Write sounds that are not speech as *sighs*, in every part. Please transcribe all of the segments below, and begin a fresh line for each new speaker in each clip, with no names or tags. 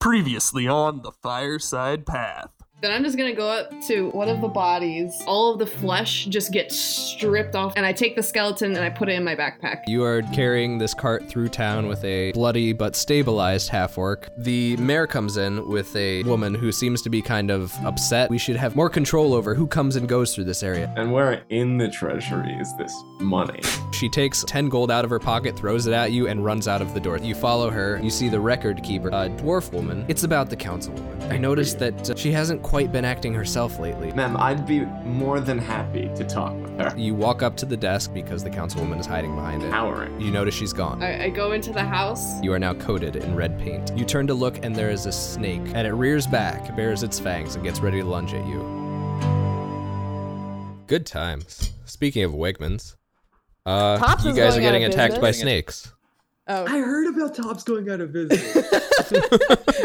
Previously on the fireside path.
Then I'm just gonna go up to one of the bodies. All of the flesh just gets stripped off, and I take the skeleton and I put it in my backpack.
You are carrying this cart through town with a bloody but stabilized half orc. The mayor comes in with a woman who seems to be kind of upset. We should have more control over who comes and goes through this area.
And where in the treasury is this money?
She takes 10 gold out of her pocket, throws it at you, and runs out of the door. You follow her. You see the record keeper, a dwarf woman. It's about the councilwoman. I noticed that uh, she hasn't quite been acting herself lately.
Ma'am, I'd be more than happy to talk with her.
You walk up to the desk because the councilwoman is hiding behind it.
Powering.
You notice she's gone.
I, I go into the house.
You are now coated in red paint. You turn to look, and there is a snake, and it rears back, bares its fangs, and gets ready to lunge at you. Good times. Speaking of Wegmans, uh,
Pops
you
is
guys are
going out
getting
of
attacked by
business.
snakes.
Oh, *laughs*
I heard about Tops going out of business.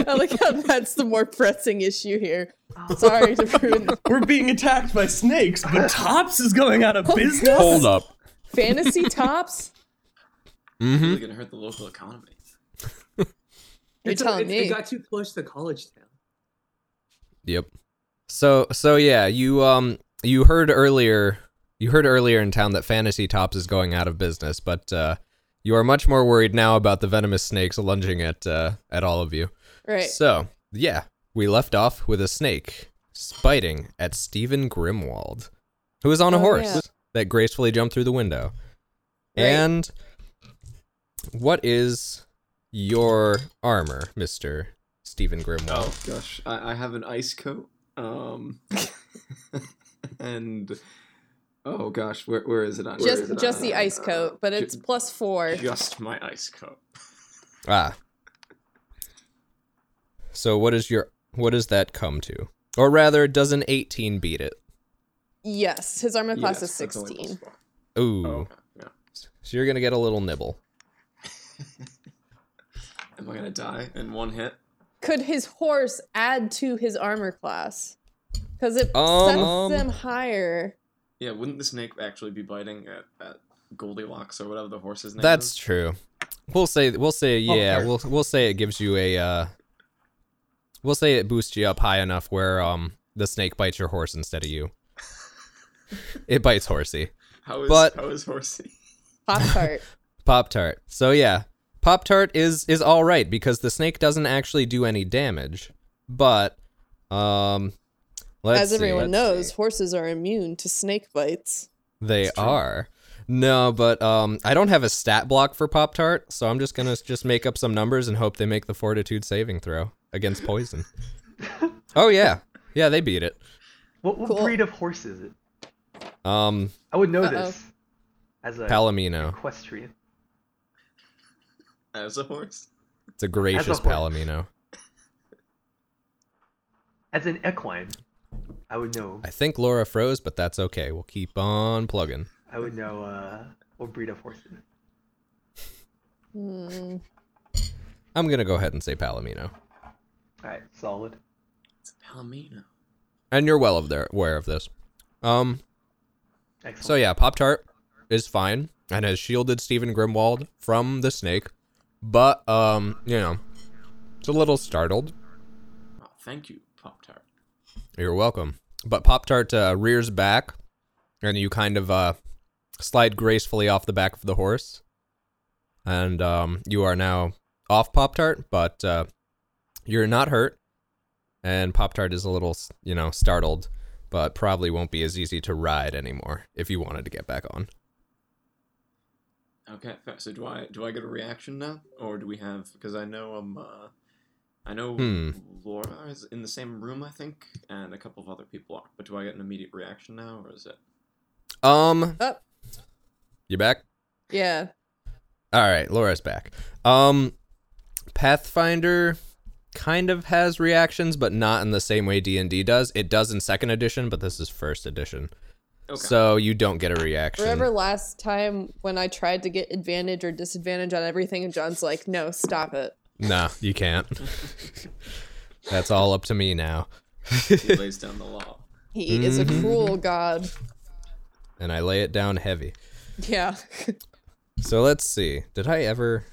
I like how that's the more pressing issue here.
Oh.
Sorry to ruin
We're being attacked by snakes,
*laughs*
but Tops is going out of business.
Hold up.
fantasy tops.
Mm-hmm.
Really gonna hurt the local economy.
*laughs* You're
It's a-
telling
it's-
me.
It got too close to college town.
Yep. So so yeah, you um you heard earlier you heard earlier in town that Fantasy Tops is going out of business, but uh, you are much more worried now about the venomous snakes lunging at uh, at all of you.
Right.
So, yeah, we left off with a snake biting at Stephen Grimwald, who was on a
Oh,
horse
yeah.
that gracefully jumped through the window.
Right.
And what is your armor, Mister Stephen Grimwald?
Oh gosh, I, I have an ice coat.
*laughs*
Um, and oh gosh, where where is it on? where is
just
it
just
on?
the ice coat, but it's
Ju-
plus four.
just my ice coat.
Ah. So what is your what does that come to? Or rather, does an eighteen beat it?
Yes, his armor class
Yes,
is
that's only
sixteen.
plus four.
Ooh.
Oh, okay, yeah.
So you're gonna get a little nibble.
Am I gonna die in one hit?
Could his horse add to his armor class? Because it
Um,
sets them higher.
Yeah, wouldn't the snake actually be biting at, at Goldilocks or whatever the horse's name?
That's
is?
true. We'll say we'll say yeah,
there.
we'll we'll say it gives you a uh we'll say it boosts you up high enough where um the snake bites your horse instead of you. it bites horsey.
How is
but-
how is horsey? *laughs*
Pop tart.
Pop Tart. So yeah, Pop Tart is is all right because the snake doesn't actually do any damage, but um, let's
As
see.
everyone
Let's-
knows, horses are immune to snake bites.
they are. No, but um, I don't have a stat block for Pop Tart, so I'm just gonna s- just make up some numbers and hope they make the Fortitude saving throw against poison. oh yeah, yeah, they beat it.
What, what
Cool.
breed of horse is it?
Um,
I would know
Uh-oh.
this as a
Palomino.
equestrian.
As a horse?
It's a gracious
horse.
Palomino.
As an equine, I would know.
I think Laura froze, but that's okay. We'll keep on plugging.
I would know uh, what breed of horse it is.
Hmm.
I'm gonna go ahead and say Palomino.
All right, solid.
It's a palomino.
and you're well of there, aware of this. Um,
Excellent.
so yeah, Pop Tart is fine and has shielded Stephen Grimwald from the snake, but um, you know, it's a little startled.
Oh, thank you, Pop Tart.
You're welcome. But Pop Tart uh, rears back, and you kind of uh, slide gracefully off the back of the horse, and um, you are now off Pop Tart, but uh, you're not hurt, and Pop Tart is a little, s- you know, startled, but probably won't be as easy to ride anymore if you wanted to get back on.
Okay, fair. so do I do I get a reaction now, or do we have? Because I know um, uh, I know
Hmm.
Laura is in the same room, I think, and a couple of other people are. But do I get an immediate reaction now, or is it?
Um,
Up.
you back?
Yeah.
All right, Laura's back. Um, Pathfinder kind of has reactions, but not in the same way D and D does. It does in second edition, but this is first edition,
Okay.
so you don't get a reaction.
Remember last time when I tried to get advantage or disadvantage on everything, and John's like, "No, stop it."
Nah, you can't. That's all up to me now,
he lays down the law.
He is a
Mm-hmm.
cruel god.
and I lay it down heavy.
Yeah.
So let's see. Did I ever?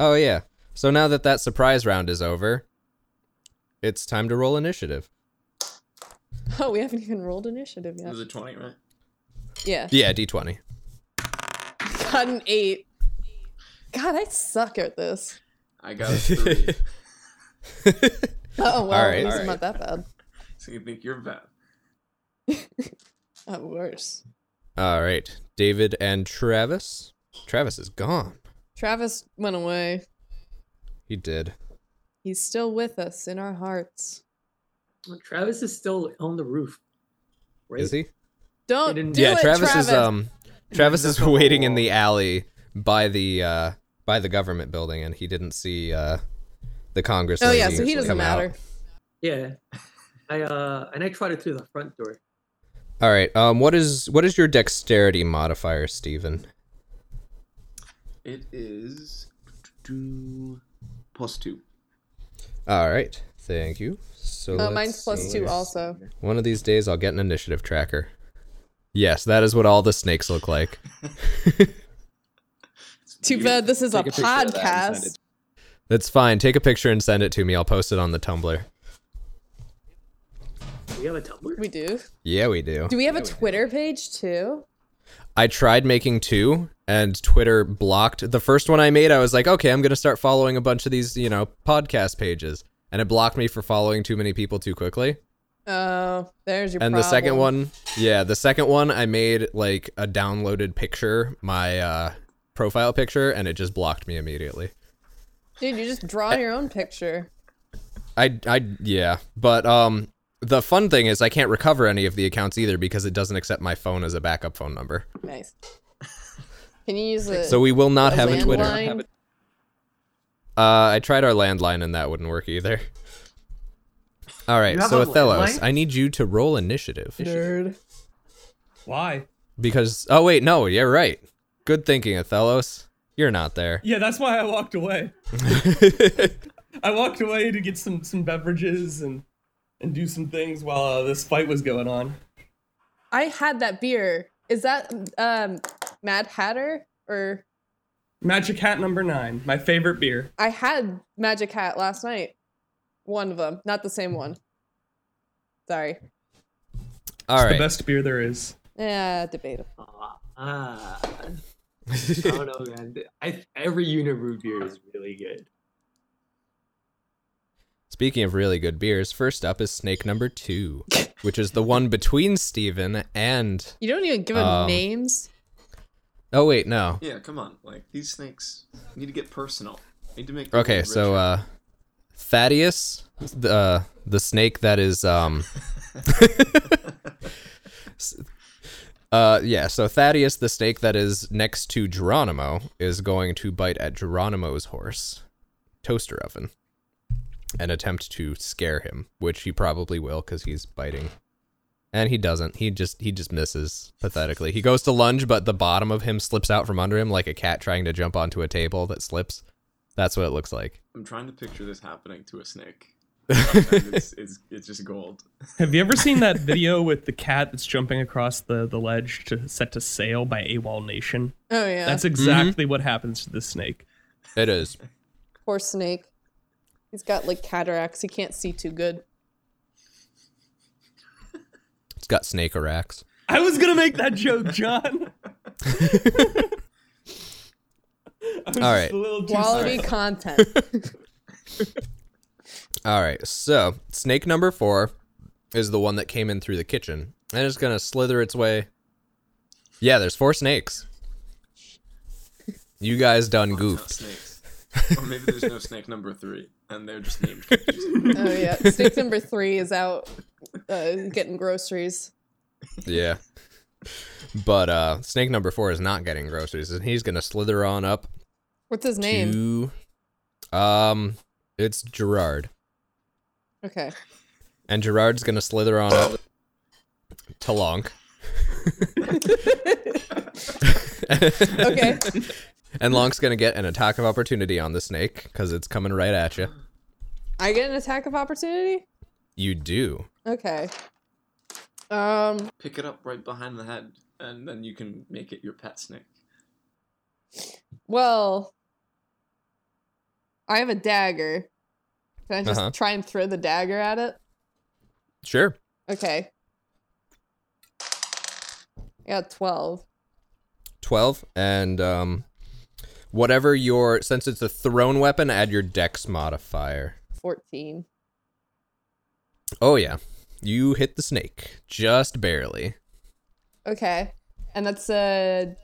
Oh yeah. So now that that surprise round is over, it's time to roll initiative.
*laughs* Oh, we haven't even rolled initiative yet.
It was a 20, right?
Yeah.
Yeah, d20.
Got an eight. God, I suck at this.
I got a 3.
*laughs*
Oh, well,
Alright,
at least I'm not
alright.
that bad.
so you think you're bad.
At Oh, worse.
All right, David and Travis. Travis is gone.
Travis went away.
He did.
He's still with us in our hearts.
Travis is still on the roof. Right?
Is he?
Don't
didn't-
do
yeah,
it,
Travis,
Travis.
is um Travis is
That's a
waiting in
wall.
the alley by the uh by the government building and he didn't see uh the Congress.
oh yeah,
lady
so he doesn't
come out.
matter.
Yeah. I uh and I tried it through the front door.
All right. Um what is what is your dexterity modifier, Steven?
It is plus 2.
All right. Thank you. So
Uh,
let's
mine's plus
see.
two also.
One of these days I'll get an initiative tracker. Yes, that is what all the snakes look like.
Too bad this is a
Take picture of that and
podcast.
send it
That's fine. Take a picture and send it to me. I'll post it on the Tumblr.
We have a tumbler?
We do.
Yeah, we do.
Do we have a Twitter page too?
I tried making two and Twitter blocked the first one I made. I was like, okay, I'm going to start following a bunch of these, you know, podcast pages. And it blocked me for following too many people too quickly.
Oh, there's your.
and the second
problem.
one, yeah, the second one I made like a downloaded picture, my uh, profile picture, and it just blocked me immediately.
dude, you just draw your own picture.
I, I, yeah. But, um, the fun thing is I can't recover any of the accounts either because it doesn't accept my phone as a backup phone number.
Nice. Can you use the?
So we will not have a Twitter.
landline?
Uh, I tried our landline and that wouldn't work either. *laughs* All right,
You have
so
a
Athelos,
landline?
I need you to roll initiative
Nerd.
Why?
because oh wait, no, yeah, right. Good thinking, Athelos. You're
*laughs*
not there. *laughs*
Yeah, that's why I walked away. I walked away to get some some beverages and and do some things while uh, this fight was going on.
I had that beer. Is that um Mad Hatter or
Magic Hat number nine, my favorite beer.
I had Magic Hat last night. One of them, not the same one. Sorry.
All
It's The
right,
best beer there is.
Yeah, debatable.
Ah. I don't know, man. I, every Unibrew beer is really good.
Speaking of really good beers, first up is Snake Number Two, which is the one between Steven and
You don't even give them
Um,
names.
oh wait, no.
Yeah, come on. Like, these snakes need to get personal. Need to make.
Okay, so uh, Thaddeus, the uh, the snake that is um, *laughs* uh, yeah. So Thaddeus, the snake that is next to Geronimo, is going to bite at Geronimo's horse, toaster oven, and attempt to scare him, which he probably will because he's biting. And he doesn't. He just he just misses pathetically. He goes to lunge, but the bottom of him slips out from under him like a cat trying to jump onto a table that slips. That's what it looks like.
I'm trying to picture this happening to
*laughs*
a snake. it's, it's, it's just gold.
Have you ever seen that video *laughs* with the cat that's jumping across the, the ledge to set to sail by AWOL Nation?
Oh yeah.
That's
Mm-hmm.
exactly what happens to this snake.
It is.
Poor snake. He's got like cataracts. He can't see too good.
It's got snake aracks.
I was gonna make that joke, John.
All right.
Quality content.
All right, so snake number four is the one that came in through the kitchen, and it's gonna slither its way. Yeah, there's four snakes. You guys done goofed.
Snakes. or maybe there's no snake number three, and they're
*laughs*
just named. confusing.
oh yeah. Snake number three is out uh, getting groceries.
Yeah. But uh snake number four is not getting groceries, and he's gonna slither on up
What's his name?
to um it's Gerard.
Okay.
And Gerard's gonna slither on up to Lonk.
Okay.
*laughs* And Lonk's gonna get an attack of opportunity on the snake, because it's coming right at you.
I get an attack of opportunity.
You do.
Okay. Um.
Pick it up right behind the head, and then you can make it your pet snake.
Well, I have a dagger. Can I just
Uh-huh.
try and throw the dagger at it?
Sure.
Okay. I got 12.
12 and um whatever your since it's a thrown weapon add your dex modifier
14.
oh yeah you hit the snake just barely
Okay. And that's a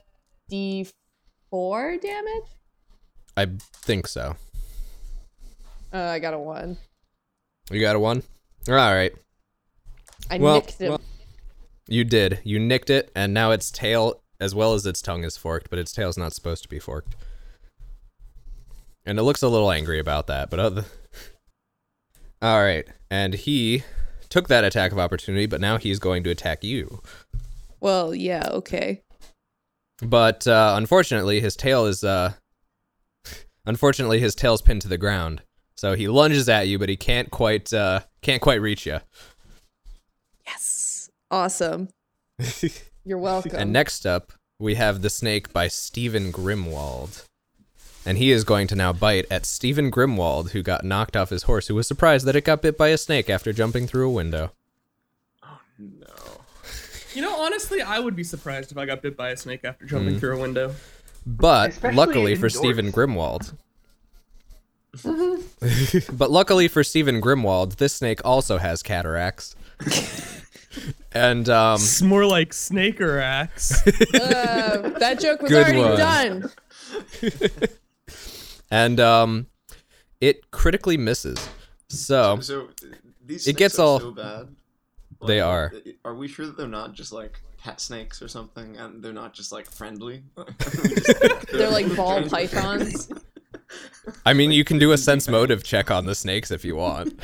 d4 damage?
i think so
Uh, I got a 1.
you got a one all right
I
well,
nicked it.
well, you did you nicked it and now its tail as well as its tongue is forked but its tail's not supposed to be forked and it looks a little angry about that but other *laughs* all right and he took that attack of opportunity but now he's going to attack you
well, yeah, okay.
But uh, unfortunately, his tail is uh, *laughs* unfortunately his tail's pinned to the ground. So he lunges at you, but he can't quite uh, can't quite reach you.
Yes.
*laughs*
Awesome. You're welcome.
And next up, we have the snake by Stephen Grimwald, and he is going to now bite at Stephen Grimwald, who got knocked off his horse, who was surprised that it got bit by a snake after jumping through a window.
No.
You know, honestly, I would be surprised if I got bit by a snake after jumping
Mm.
through a window.
Um. But
Especially
luckily for
indoors.
Stephen Grimwald. but luckily for Stephen Grimwald, this snake also has cataracts. and um
It's more like snaker axe. *laughs*
Uh, that joke was
Good
already
one.
done.
and um it critically misses. So
So th- these
Um, It
snakes
gets
are
all-
so bad.
*laughs*
uh,
They are.
Are we sure that they're not just like pet snakes or something, and they're not just like friendly? *laughs* We
*laughs*
just think
They're
*laughs*
like ball
giant-
pythons.
I mean you can do a sense motive check on the snakes if you want. *laughs*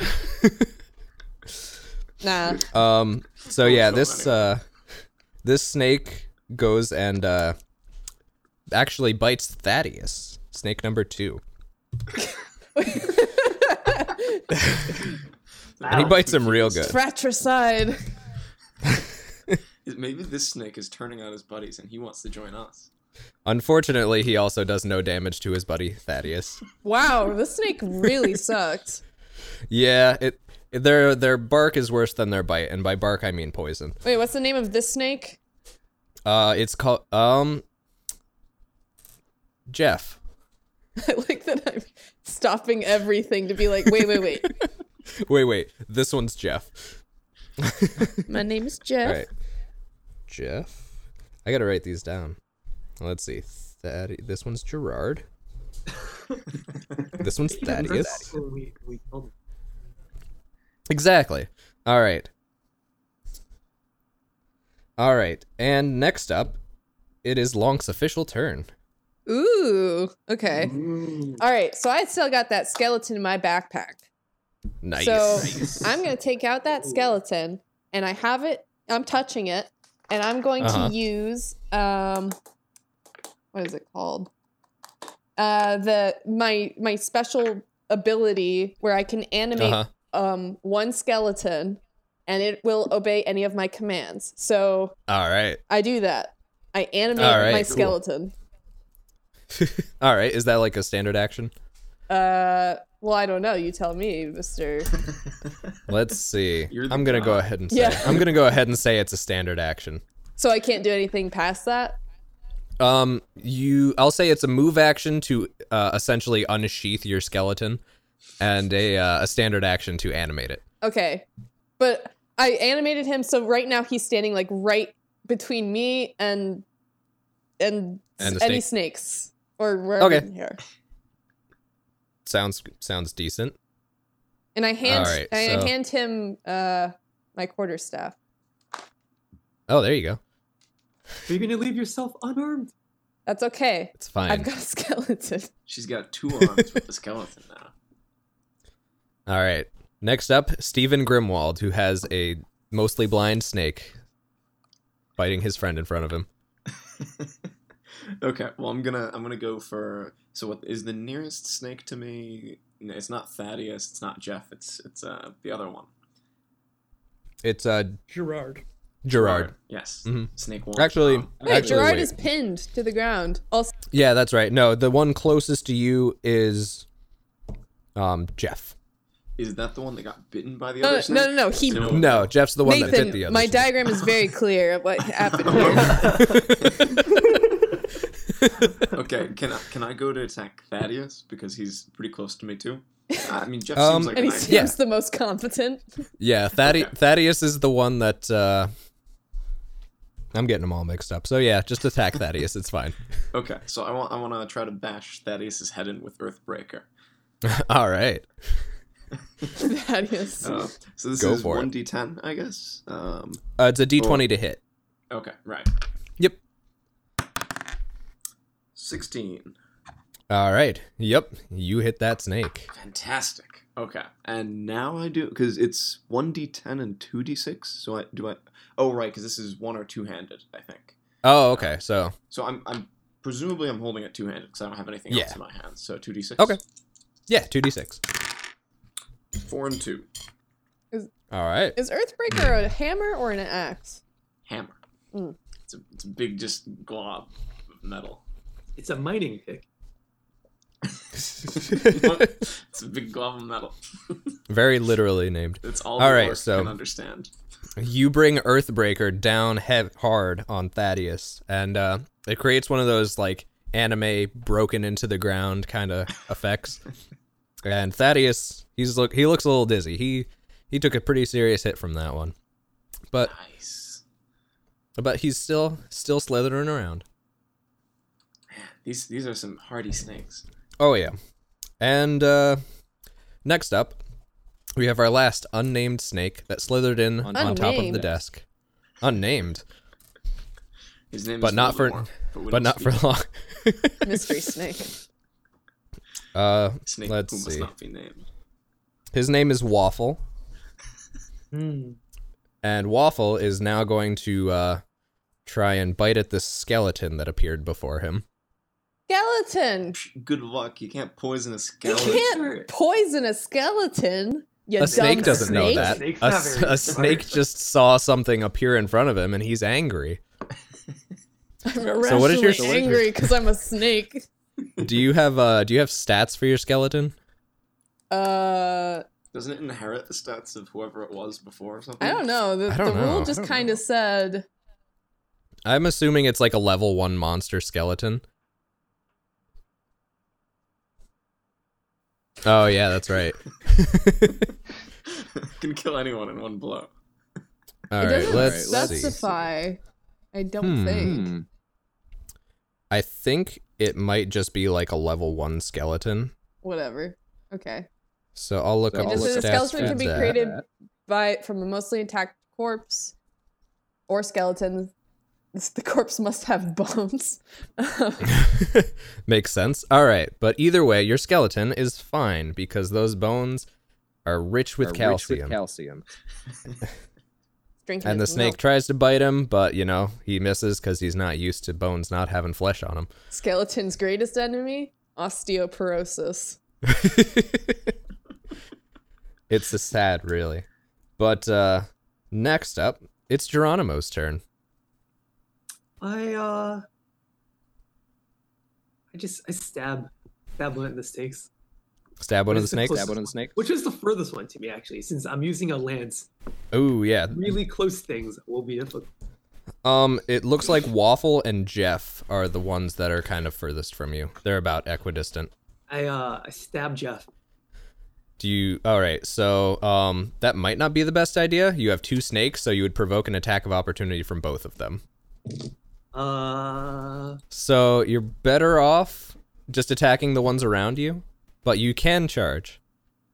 Nah.
Um so yeah,
so
this
many.
uh this snake goes and uh actually bites Thaddeus, snake number 2. And he bites him real good.
Fratricide.
Maybe this snake is turning on his buddies, and he wants to join
*laughs*
us.
Unfortunately, he also does no damage to his buddy Thaddeus.
Wow, this snake really sucked.
Yeah, it their their bark is worse than their bite, and by bark I mean poison.
Wait, what's the name of this snake? *laughs*
Uh, it's called um Jeff.
I like that I'm stopping everything to be like, wait, wait, wait.
Wait, wait, this one's Jeff.
My name is
All
Jeff.
right, Jeff. I gotta write these down. Let's see. Thaddeus. This one's Gerard.
*laughs*
this one's Thaddeus.
We, we told him.
Exactly. All right. All right. And next up, it is Lonk's official turn.
Ooh. Okay. All right. So I still got that skeleton in my backpack.
Nice. Uh-huh.
So I'm going to take out that skeleton and I have it, I'm touching it, and I'm going
Uh-huh.
to use um what is it called? Uh the my my special ability where I can animate
Uh-huh.
um one skeleton and it will obey any of my commands. So
All right.
I do that. I animate
All right,
my
cool.
skeleton.
All right. Is that like a standard action?
Uh well, I don't know. You tell me, Mister.
Let's see.
*laughs* You're the
I'm gonna go
god.
ahead and say.
Yeah.
I'm gonna go ahead and say it's a standard action.
So I can't do anything past that.
Um, you. I'll say it's a move action to uh, essentially unsheath your skeleton, and a uh, a standard action to animate it.
Okay. But I animated him so right now he's standing like right between me and and,
And the
any snakes or wherever
Okay.
in here.
Sounds sounds decent.
And I hand
Alright,
I
so-
hand him uh my quarter staff.
Oh, there you go.
You're gonna leave yourself unarmed.
That's okay.
It's fine.
I've got a *laughs* skeleton.
She's got two arms with the skeleton now.
All right. Next up, Stephen Grimwald, who has a mostly blind snake biting his friend in front of him.
Okay, well I'm gonna I'm gonna go for so what is the nearest snake to me? No, it's not Thaddeus, it's not Jeff, it's it's uh the other one.
It's uh
Gerard.
Gerard.
Yes.
Mhm.
Snake one.
Actually,
Um,
Wait,
actually,
Gerard
wait.
is pinned to the ground. Also
Yeah, that's right. No, the one closest to you is um, Jeff.
Is that the one that got bitten by the
No,
other
no,
snake?
no, no. He
No.
No, Jeff's the one that bit the
Nathan,
other.
my
snake.
diagram is
*laughs*
very clear of what happened here.
*laughs*
*laughs*
Okay, can I can I go to attack Thaddeus because he's pretty close to me too? Uh, I mean, Jeff
Um,
seems like a
And he
nice
seems
Yeah.
the most competent. *laughs*
Yeah, Thadde-
Okay.
Thaddeus is the one that. Uh, I'm getting them all mixed up. So yeah, just attack Thaddeus. It's fine. *laughs*
Okay, so I want I want to try to bash Thaddeus's head in
*laughs*
with Earthbreaker.
all right.
That is.
Uh, so this
Go
is
for it.
one d10, I guess. Um,
Uh, it's a D20 to hit.
okay, right.
Yep.
Sixteen.
All right. Yep. You hit that snake.
Fantastic. Okay, and now I do because it's one d10 and two d6. So I do I. Oh right, because this is one or two handed, I think.
Oh, okay. So
So I'm I'm presumably I'm holding it two handed because I don't have anything
Yeah.
else in my hands. So two d6.
Okay. yeah, 2d6.
Four and two.
All right. *laughs*
Is Earthbreaker a hammer or an axe?
Hammer.
Mm.
It's a it's a big just glob of metal.
*laughs*
It's a mining pick.
it's a big glob of metal.
Very literally named.
It's all,
All
the
right,
orc
so-
can understand.
You bring Earthbreaker down he- hard on Thaddeus, and uh, it creates one of those like anime broken into the ground kind of *laughs* effects. and Thaddeus, he's look he looks a little dizzy. He he took a pretty serious hit from that one, but
Nice.
but he's still still slithering around.
These these are some hardy snakes.
Oh yeah. And uh next up, we have our last unnamed snake that slithered in on top of the
Unnamed.
desk. Unnamed,
His name
But
is
not for-
Voldemort, we
but not
don't
for
*laughs* speak.
*laughs* long.
*laughs* Mystery snake.
Uh
snake
Let's
who
see.
must not be named.
his name is Waffle,
Hmm.
and Waffle is now going to uh try and bite at this skeleton that appeared before him.
Skeleton.
Good luck. You can't poison a
You
skeleton.
*laughs* can't poison a skeleton. You
a snake
dumb
doesn't know
snake.
that.
Snake's
A,
not
s-
very
a
smart. *laughs*
snake just saw something appear in front of him, and he's angry.
I'm
So what is your-
irrationally
so what is your-
angry because I'm a snake.
do you have uh do you have stats for your skeleton?
Uh,
Doesn't it inherit the stats of whoever it was before or something?
I don't
*laughs*
know. The,
I don't
the
know. I
rule just
don't
kind of said
I'm assuming it's like a level one monster skeleton. Oh yeah, that's
*laughs*
right.
Can kill anyone in one blow.
All
it
right,
doesn't
let's see.
specify. I don't
Hmm.
think.
I think it might just be like a level one skeleton.
Whatever. Okay.
So I'll look
So
up
I'll
It
the
just
look
says a
stats
at
skeleton
for
can be
that.
created by from a mostly intact corpse or skeleton. This- *laughs* The corpse must have bones. *laughs*
*laughs* Makes sense. All right, but either way, your skeleton is fine because those bones are rich with
Are rich
calcium.
calcium.
Drinking
and the
his
snake
milk.
tries to bite him, but you know he misses because he's not used to bones not having flesh on him. *laughs*
Skeleton's greatest enemy: osteoporosis.
it's a sad, really. But uh next up, it's Geronimo's turn.
I uh, I just I stab, stab one of the snakes,
Stab one of the
It's the
snakes.
closest one. which is the furthest one to me actually, since I'm using a lance.
Oh yeah.
Really close things will be difficult.
Um, it looks like Waffle and Jeff are the ones that are kind of furthest from you. They're about equidistant.
I uh, I stab Jeff.
Do you? All right. So, um, that might not be the best idea. You have two snakes, so you would provoke an attack of opportunity from both of them.
Uh,
So you're better off just attacking the ones around you, but you can charge.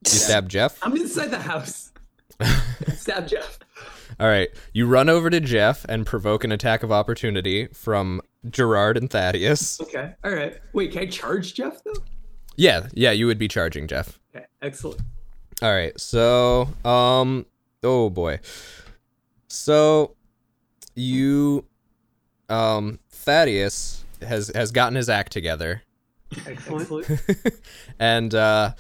You stab Jeff.
I'm inside
*laughs*
the house. stab Jeff.
All right. You run over to Jeff and provoke an attack of opportunity from Gerard and Thaddeus.
Okay. All right. Wait, can I charge Jeff though?
Yeah, yeah, you would be charging Jeff.
Okay. Excellent.
All right. So, um oh boy. So you um Thaddeus has has gotten his act together *laughs*
Excellent.
and uh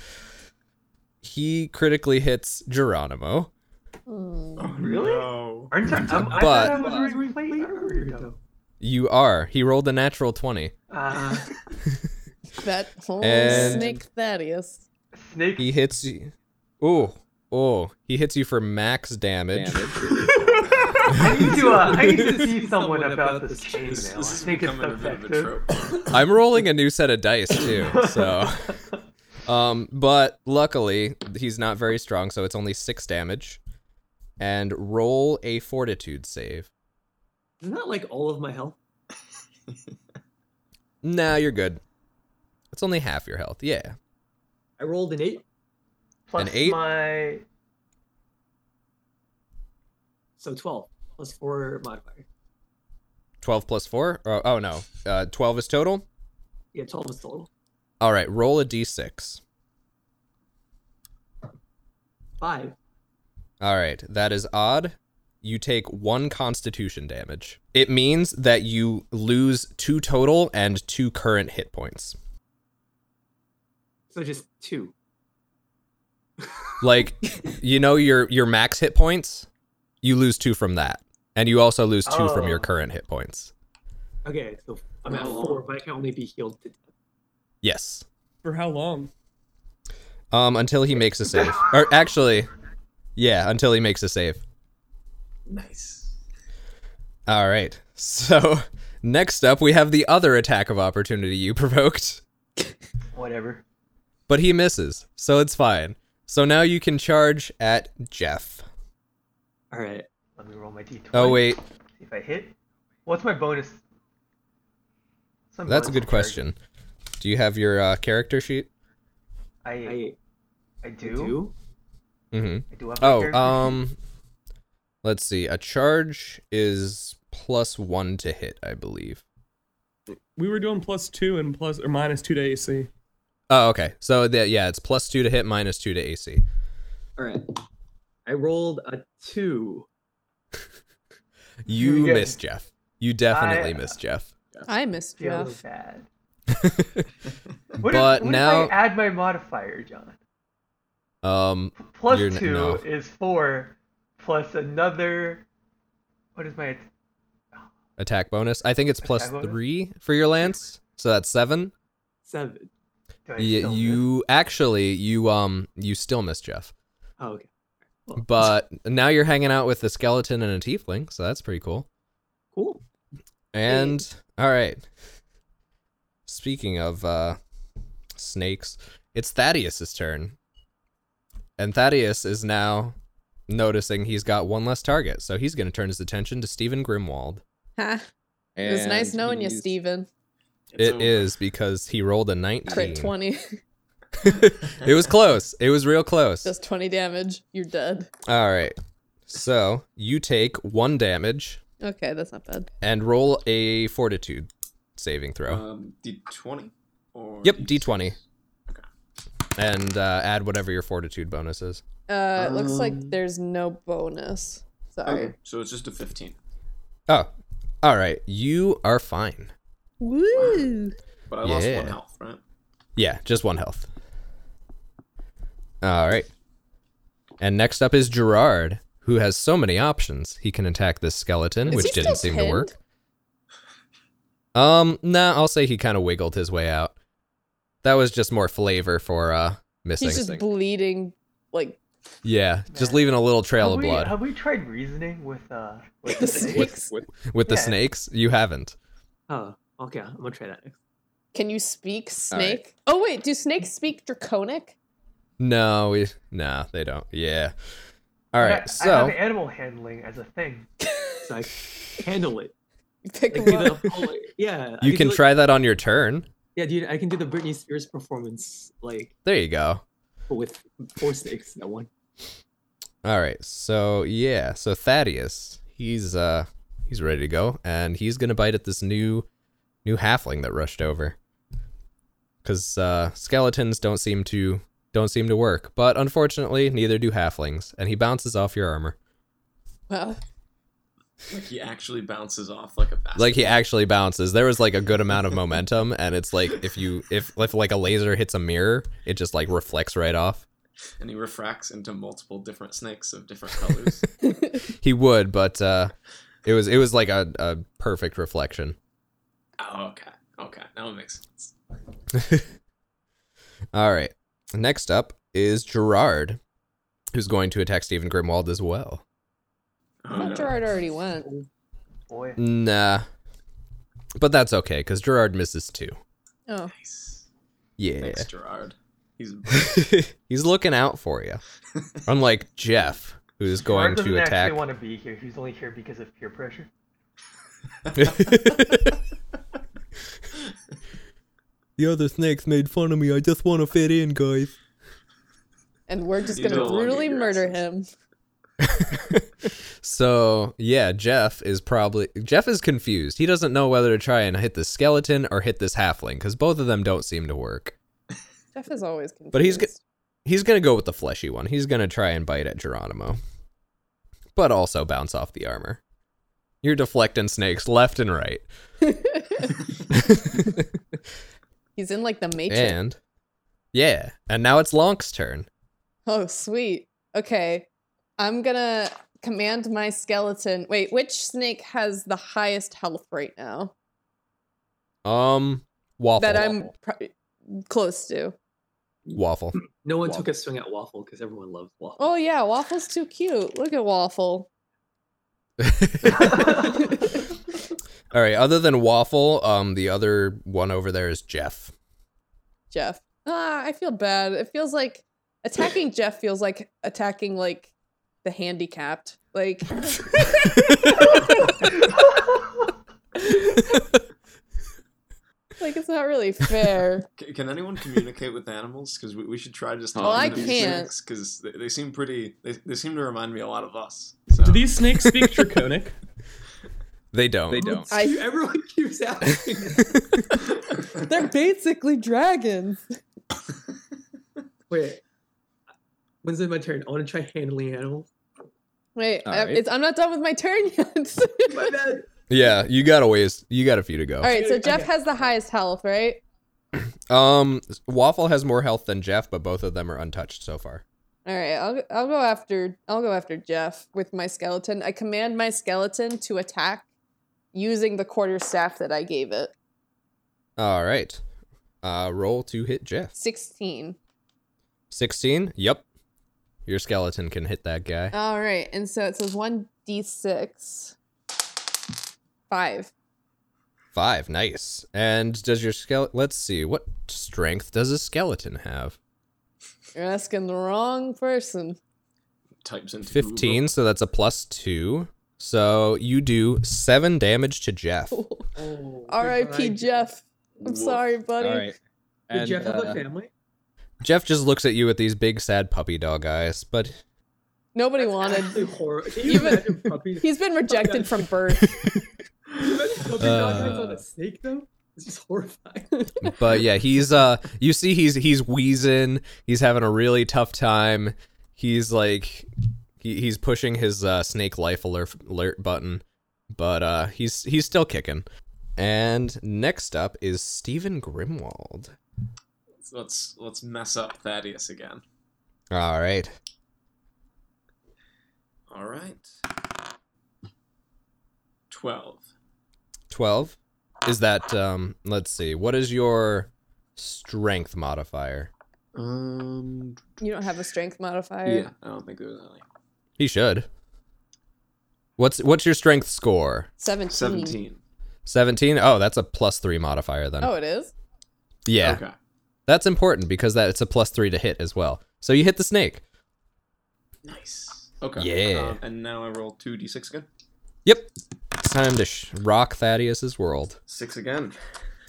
he critically hits Geronimo.
Really?
No.
Aren't I, I'm, I
But-
thought I was already playing earlier.
You are. He rolled a natural 20.
Uh,
That whole
And-
snake Thaddeus.
Snake.
He hits you. Ooh, ooh. He hits you for max damage.
I need to, uh, I need
*laughs*
to see someone
Someone
about
about
this
this
chainmail.
This,
I
this is
think it's
becoming a bit of a
effective.
trope.
I'm rolling a new set of dice too, so. Um, but luckily he's not very strong, so it's only six damage. And roll a Fortitude save.
Isn't that like all of my health?
Nah, you're good. It's only half your health. Yeah.
I rolled an eight,
Plus
eight?
my
so twelve plus four modifier.
Twelve plus four. Oh, oh no. Uh, Twelve is total.
Yeah, twelve is total.
All right. Roll a d6.
Five.
All right, that is odd. You take one constitution damage. It means that you lose two total and two current hit points.
So just two.
Like, you know your your max hit points, you lose two from that, and you also lose two from your
Oh.
current hit points.
Okay, so I'm at
Oh.
four, but I can only be healed to
Yes.
For how long?
Um, until he makes a save. Or actually, yeah, until he makes a save.
Nice.
All right. So next up, we have the other attack of opportunity you provoked.
whatever.
but he misses, so it's fine. So now you can charge at Jeff.
All right.
Let me roll my d20.
Oh wait,
See if I hit. What's my bonus? Some
that's a good
bonus charge.
question. Do you have your uh, character sheet?
I,
I I
I
do. I do,
do.
hmm
have my
Oh,
character
um, let's see. A charge is plus one to hit, I believe.
We were doing plus two and plus or minus two to AC.
Oh, okay. So that yeah, it's plus two to hit, minus two to AC.
All right. I rolled a two.
You
good.
miss Jeff. You definitely
I-
miss Jeff.
I missed
sheet. I
Jeff.
feel
*laughs*
bad. What
but
if, what
now,
if I add my modifier, John.
um,
Plus
You're n-
two
no.
is four. Plus another. What is my?
attack bonus. I think it's plus
Attack bonus?
three for your lance, so that's seven.
Seven.
Do I
Yeah,
still miss?
you actually you um you still miss Jeff,
Oh, okay.
but now you're hanging out with the skeleton and a tiefling, so that's pretty cool.
Cool.
And all right, speaking of uh snakes, it's Thaddeus's turn, and Thaddeus is now noticing he's got one less target, so he's going to turn his attention to Stephen Grimwald.
*laughs* Ha. It was nice knowing you, Steven.
It is
over.
because he rolled a
Crit
nineteen.
20.
it was close. It was real
*laughs*
close.
Just 20 damage. You're dead.
All right. So you take one damage
Okay, that's not bad.
and roll a fortitude saving throw.
Um, D20? Or
Yep,
D6?
D20. and uh, add whatever your fortitude bonus is.
Uh, it looks like
Um,
there's no bonus. Sorry.
Okay, Oh, so it's just a 15.
Oh, all right. You are fine.
Woo!
But I lost one
Yeah.
health, right?
Yeah, just one health. All right. And next up is Gerard, who has so many options. He can attack this skeleton,
Is
which
he
didn't
still
seem to
pinned?
work. Um, nah, I'll say he kind of wiggled his way out. That was just more flavor for uh missing.
He's just bleeding. Like
Yeah, just
Man.
leaving a little trail
have
of
we,
blood
Have we tried reasoning with uh?
*laughs*
*laughs*
With
the
snake?
snakes.
with the
yeah.
snakes. You haven't.
Oh, okay. I'm gonna try that next.
Can you speak
All right.
snake? Oh wait, do snakes speak draconic?
No, we nah, they don't. Yeah. All
I-
right,
I have
so
animal handling as a thing.
So I handle it.
You pick
Like,
them
do
up.
the whole- yeah. I
you can
do, like-
try that on your turn.
Yeah, dude. I can do the Britney Spears performance, like
There you go.
but with four snakes. That one.
All right, so yeah, so Thaddeus, he's uh, he's ready to go, and he's gonna bite at this new, new halfling that rushed over. Cause uh, skeletons don't seem to don't seem to work, but unfortunately, neither do halflings, and he bounces off your armor.
Wow.
Like he actually bounces off like a basketball.
like he actually bounces there was like a good amount of momentum and it's like if you if, if like a laser hits a mirror it just like reflects right off
and he refracts into multiple different snakes of different
*laughs*
colors.
he would but uh it was it was like a, a perfect reflection
oh, okay. Okay. Now it makes sense.
all right Next up is Gerard, who's going to attack Stephen Grimwald as well.
Oh,
I thought Gerard already went.
Boy.
Nah. But that's okay, because Gerard misses two.
Oh,
Nice.
Yeah.
Thanks, Gerard. He's *laughs*
*laughs* He's looking out for you. Unlike Jeff, who's going
Gerard doesn't
to attack.
actually want to be here. He's only here because of
*laughs*
peer pressure.
the other snakes made fun of me. I just want to fit in, guys.
and we're just
You
gonna
no longer
brutally
get your
murder him.
So yeah, Jeff is probably Jeff is confused. He doesn't know whether to try and hit the skeleton or hit this halfling because both of them don't seem to work.
Jeff is always confused.
*laughs* But he's g- He's gonna go with the fleshy one. He's gonna try and bite at Geronimo, but also bounce off the armor. You're deflecting snakes left and
*laughs*
right,
he's in like the Matrix.
and yeah, and now it's Lonk's turn.
Oh, sweet. Okay. I'm gonna command my skeleton. Wait, which snake has the highest health right now?
Um, waffle.
That I'm pro- close to.
waffle. *laughs*
No one took a swing at Waffle because everyone loves Waffle. *laughs*
Oh *laughs* yeah, Waffle's too cute. Look at Waffle.
All right. Other than waffle, um, the other one over there is Jeff.
Jeff. Ah, I feel bad. It feels like
*laughs*
attacking Jeff feels like attacking like the handicapped.
*laughs*
Like like it's not really fair.
C- Can anyone communicate with animals? Because we, we should try just
Oh,
talking
I
to these
can't.
things because they, they seem pretty. They, they seem to remind me a lot of us. So. *laughs*
Do these snakes
*laughs*
speak draconic?
They don't.
They don't.
I-
everyone keeps asking.
*laughs*
They're basically dragons.
Wait, when's it my turn? I want to try handling animals.
Wait,
All
I-
right.
it's, I'm not done with my turn yet. *laughs*
My bad.
Yeah, you got a ways. You got a few to go.
All right, so Jeff has the highest health, right?
Um, waffle has more health than Jeff, but both of them are untouched so far.
All right, I'll I'll go after I'll go after Jeff with my skeleton. I command my skeleton to attack using the quarter staff that I gave it.
All right. Uh, roll to hit Jeff.
16.
Sixteen. Yep. Your skeleton can hit that guy.
All right, and so it says 1d6. 5.
Five. Nice. And does your skeleton? Let's see. What strength does a skeleton have?
You're asking the wrong person. *laughs*
Types into Google.
15 so that's a plus 2 so you do 7 damage to jeff
Oh,
RIP
goodbye,
Jeff. I'm
Woof.
sorry, buddy.
Did Jeff have
uh,
a family?
jeff just looks at you with these big sad puppy dog eyes but *laughs*
Nobody
That's *laughs*
wanted.
actually
*laughs*
horror. Can you
Even-
imagine puppies?
He's
*laughs*
been rejected from birth.
Can you imagine puppies not
*laughs*
doing on a snake though? This is horrifying.
but yeah he's uh you see he's he's wheezing he's having a really tough time he's like he, he's pushing his uh, snake life alert alert button but uh he's he's still kicking and next up is Stephen Grimwald.
Let's let's mess up Thaddeus again.
All right.
All right. Twelve.
12 is that um let's see what is your strength modifier
Um.
you don't have a strength modifier.
Yeah, I don't think there was any.
he should what's what's your strength score
17.
Seventeen.
17 oh that's a plus 3 modifier then
Oh, it is?
yeah
Okay.
that's important because that it's a plus 3 to hit as well so you hit the snake
Nice. Okay.
Yeah.
Um, and now I roll two d six again.
yep it's time to sh- rock thaddeus's world
Six again.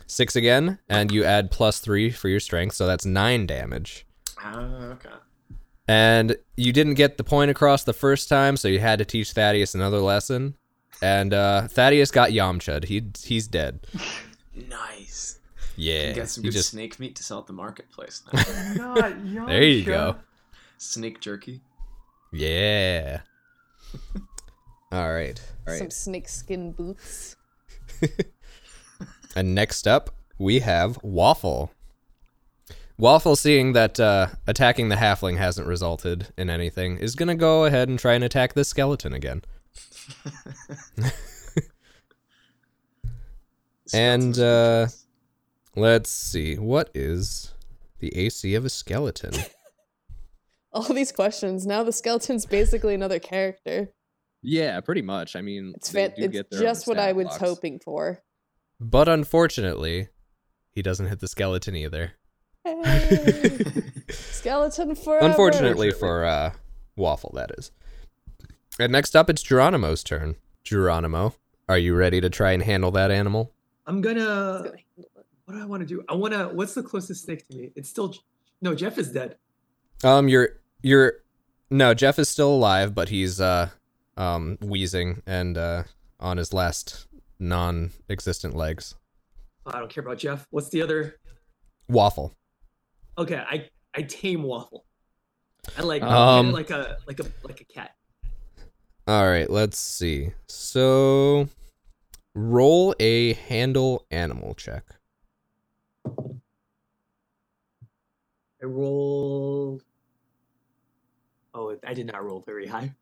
6 again and you add plus 3 for your strength so that's 9 damage
Ah. Okay.
And you didn't get the point across the first time, so you had to teach Thaddeus another lesson. And uh, Thaddeus got Yamchud. He he's dead.
*laughs* Nice.
Yeah.
Get some
he
good
just-
snake meat to sell at the marketplace.
*laughs*
Now.
Not young,
There you
Jeff.
go.
snake jerky. *laughs*
yeah. All right. All
Some
right.
snake skin boots. *laughs*
And next up, we have Waffle. Waffle, seeing that uh, attacking the halfling hasn't resulted in anything, is gonna go ahead and try and attack this skeleton again.
Smells
And
of snake
uh,
juice.
Let's see. What is The AC of a skeleton.
All these questions. Now the skeleton's basically another character.
*laughs* Yeah, pretty much. I mean,
It's
they
fit.
do
It's
get their own
just what
stat
I was
blocks.
hoping for.
but unfortunately, he doesn't hit the
*laughs*
skeleton either.
Hey, *laughs* skeleton forever.
Unfortunately for uh, Waffle, that is. And next up, it's Geronimo's turn. Geronimo, are you ready to try and handle that animal?
I'm
It's
gonna.
gonna handle it.
What do I want to do? I want to. What's the closest snake to me? It's still. No, Jeff is dead.
Um, you're you're no Jeff is still alive, but he's uh um wheezing and uh on his last non-existent legs.
I don't care about Jeff. What's the other?
Waffle.
Okay, I I tame waffle. I like
Um.
like a like a like a cat.
All right, let's see. So roll a handle animal check.
I rolled. Oh, I did not roll very high.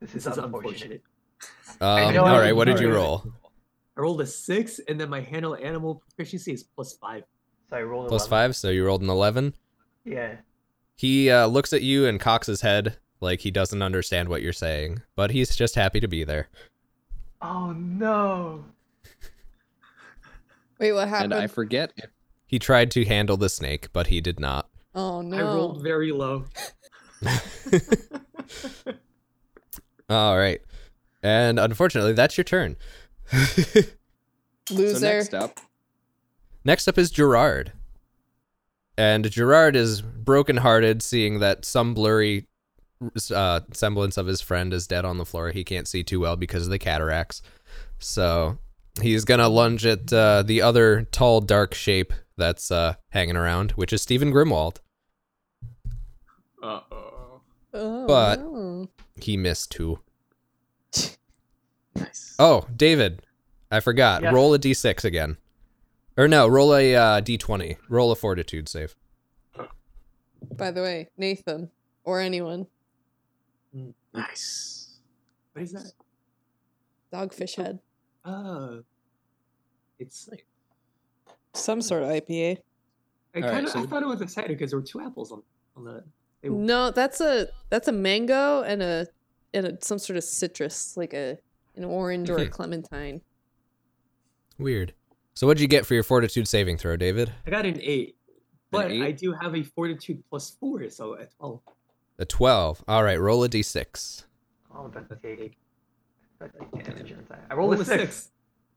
This
This
is
is
unfortunate.
unfortunate.
Um,
know
all
I
right,
didn't
what did
do
you
it.
roll?
I rolled a six, and then my handle animal proficiency is plus five.
So I rolled
Plus
11.
five, so you rolled an eleven.
Yeah.
He uh, looks at you and cocks his head like he doesn't understand what you're saying, but he's just happy to be there.
Oh no.
Wait, what happened?
And I forget if
He tried to handle the snake, but he did not. *laughs*
oh no.
I rolled very low.
All right. And unfortunately, that's your turn. *laughs*
Loser.
So next up,
Next up is Gerard. And Gerard is brokenhearted seeing that some blurry uh, semblance of his friend is dead on the floor. He can't see too well because of the cataracts. So he's going to lunge at uh, the other tall, dark shape that's uh, hanging around, which is Stephen Grimwald.
Uh oh.
Oh,
But-
no.
He missed two.
Nice.
Oh, David, I forgot.
Yes.
Roll a d6 again. Or no, roll a uh, d20. Roll a fortitude save.
by the way, Nathan or anyone,
Nice.
What is that?
dogfish head,
Uh, it's like
some sort of IPA.
I
All right,
kind of
so-
I thought it was a cider because there were two apples on on the. They were,
No, that's a that's a mango and a and a, some sort of citrus, like a an orange or a
Hmm.
clementine.
Weird. So what'd you get for your fortitude saving throw, David?
I got an eight, but I
eight?
do have a fortitude plus four, so a twelve.
A 12. All right, roll a d6.
Oh, that's a take. That's a take damage. on that. I
Roll
rolled a
a
six.
six.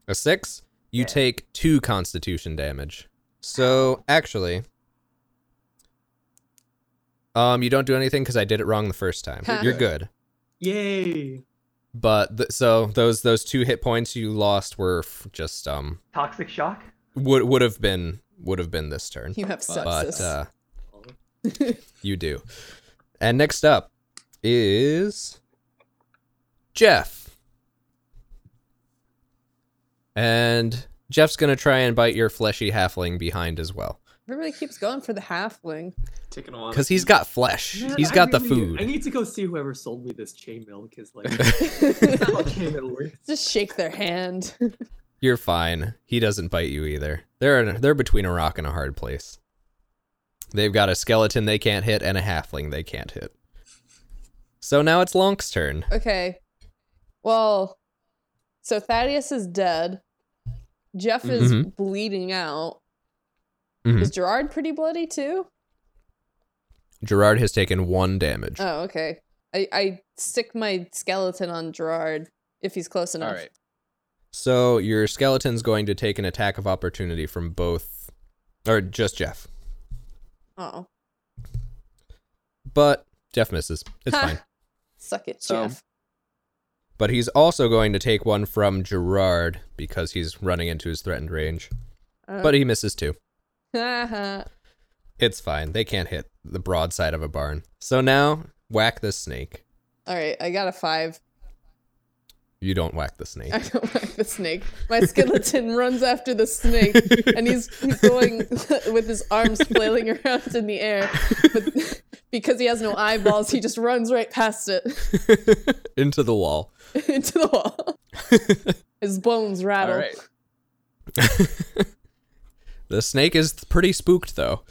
A 6? You
Yeah.
take 2 constitution damage. So, actually um you don't do anything cuz I did it wrong the first time.
Huh.
You're good.
Yay!
But th- so those those 2 hit points you lost were f- just um
Toxic shock.
would would have been would have been this turn.
You have
But
sepsis.
uh you do. And next up is Jeff. And Jeff's going to try and bite your fleshy halfling behind as well.
Everybody keeps going for the
*laughs*
halfling. *laughs*
Taking a lot.
Because he's got flesh.
Man,
he's
I
got the
really- I
food.
need to go see whoever sold me this chainmail because like it's not what came at work.
Just shake their hand.
You're fine. He doesn't bite you either. They're, they're between a rock and a hard place. They've got a skeleton they can't hit and a halfling they can't hit. So now it's Lonk's turn.
okay. Well, so Thaddeus is dead. Jeff is
Mhm.
bleeding out.
Mhm.
Is Gerard pretty bloody too?
Gerard has taken one damage.
Oh, okay. I, I stick my skeleton on Gerard if he's close enough.
all right.
So your skeleton's going to take an attack of opportunity from both, or just Jeff.
Oh.
But Jeff misses. It's
Ha!
fine.
Suck it,
So-
Jeff.
But he's also going to take one from Gerard because he's running into his threatened range.
Oh. *laughs*
But he misses too.
Uh,
It's fine. They can't hit the broadside of a barn. So now whack this snake.
all right, I got a five.
You don't whack
*laughs*
the snake.
I don't like the snake. My skeleton runs after the snake, and he's, he's going *laughs* with his arms flailing around in the air. But *laughs* because he has no eyeballs, he just runs right past it *laughs*
Into the wall.
into the wall. His bones rattle.
All right.
*laughs* The snake is pretty spooked though.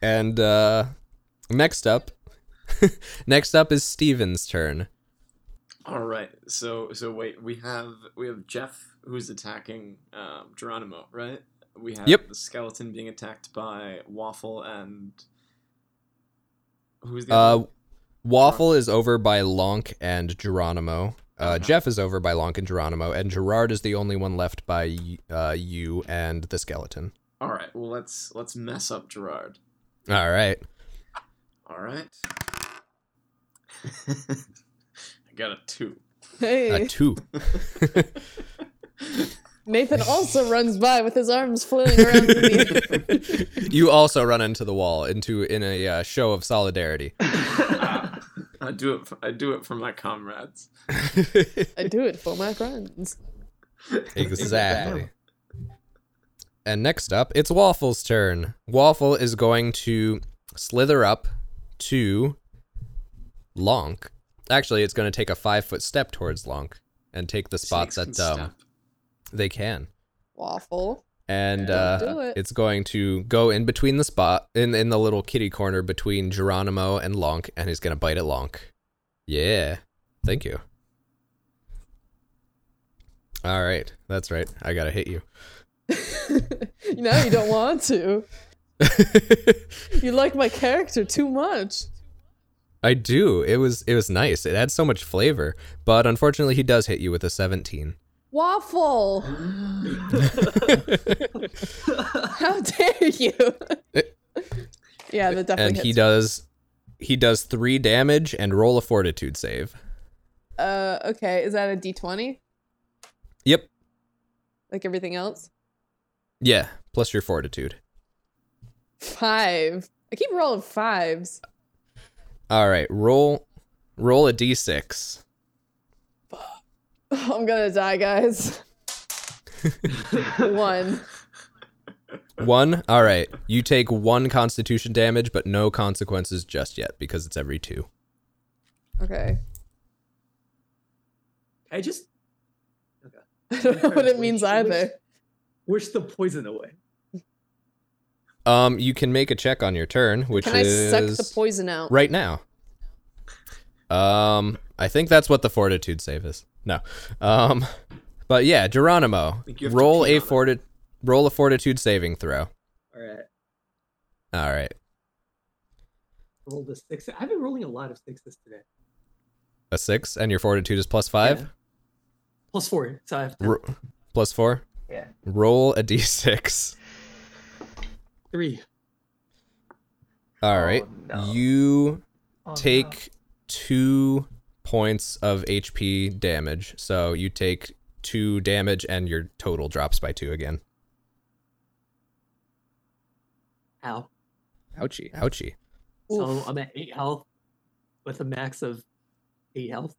And uh, next up, *laughs* next up is Steven's turn.
All right. So so wait, we have we have Jeff who's attacking um, Geronimo, right? We have
Yep.
the skeleton being attacked by Waffle and who's the
Uh,
other?
Waffle is over by Lonk and Geronimo. Uh,
Uh-huh.
Okay.
Jeff is over by Lonk and Geronimo, and Gerard is the only one left by y- uh, you and the skeleton.
All right. Well, let's let's mess up Gerard.
All right.
All right. *laughs* I got a two.
A
Eh. *laughs*
Hey,
two.
Nathan also runs by with his arms flailing around in the air.
you also run into the wall into in a uh, show
*laughs*
of solidarity.
*laughs* I do it. For, I do it for my comrades.
I do it for my friends.
Exactly. And next up, it's Waffle's turn. Waffle is going to slither up to Lonk. Actually, it's going to take a five foot step towards Lonk and take the spot
Snakes can
that um,
step.
they can.
Waffle. *laughs*
And
Don't do
uh,
it.
it's going to go in between the spot, in, in the little kitty corner between Geronimo and Lonk, and he's going to bite at Lonk. Yeah. Thank you. All right. That's right. I got to hit you.
now you don't want to. You like my character too much.
*laughs* I do. It was it was nice. It adds so much flavor. But unfortunately, he does hit you with
*laughs*
a *laughs* 17.
Waffle! How dare you? yeah, that definitely
Eh. and
hits.
he does he does 3 damage and roll a fortitude save.
Uh, okay, is that a d20?
Yep.
Like everything else?
Yeah, plus your fortitude.
Five. I keep rolling fives. *laughs*
All right, roll roll a d6.
I'm gonna die, guys. One.
1. All right. You take 1 constitution damage but no consequences just yet because it's every 2.
Okay. *laughs*
I just
I don't know *laughs* what it means either.
wish the poison away.
Um you can make a check on your turn, which
Can I
is
suck the poison out?
right now. Um, I think that's what the fortitude save is. No, um, but yeah, Geronimo,
think you have to
roll a
pee on it.
forti- roll a fortitude saving throw.
All right.
All right,
Rolled a six. I've been rolling a lot of sixes today.
a six, and your fortitude is plus five,
Plus four. So I have
Ro- plus four.
Yeah.
Roll a d6.
three.
All right,
Oh, no.
you
Oh, no.
take two points of HP damage, so you take two damage, and your total drops by two again.
Ow.
Ouchie.
Ouchie.
So I'm at eight health with a max of eight health.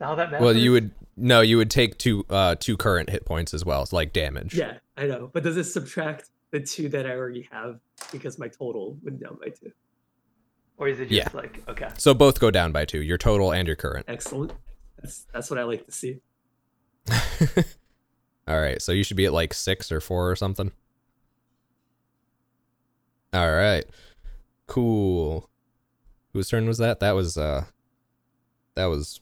Now that
Well,
matters.
you would no, you would take two uh two current hit points as well, like damage.
Yeah, I know. But does it subtract the two that I already have because my total went down by two?
Or is it
Yeah.
just like okay?
So both go down by two, your total and your current. *laughs*
Excellent. That's that's what I like to see.
All right, so you should be at like six or four or something. All right, cool. Whose turn was that? That was uh, that was.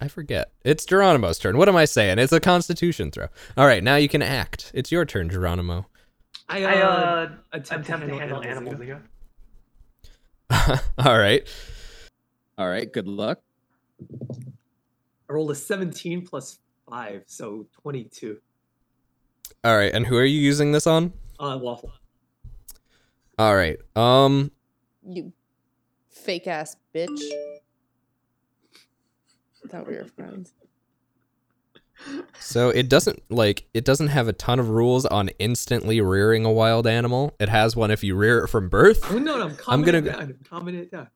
I forget. It's Geronimo's turn. What am I saying? It's a Constitution throw. All right, now you can act. It's your turn, Geronimo. *laughs*
I, uh,
I uh,
attempt
attempt
to handle
to handle
animals
animals again.
All right.
All right. Good luck.
I rolled a 17 plus five, so 22.
All right. And who are you using this on?
Uh, waffle.
All right. Um.
You fake ass bitch. I thought we were friends.
So it doesn't like it doesn't have a ton of rules on instantly rearing a wild animal. It has one if you rear it from birth,
Oh, no, no, I'm calming
I'm gonna
it
go-
down. I'm calming it down.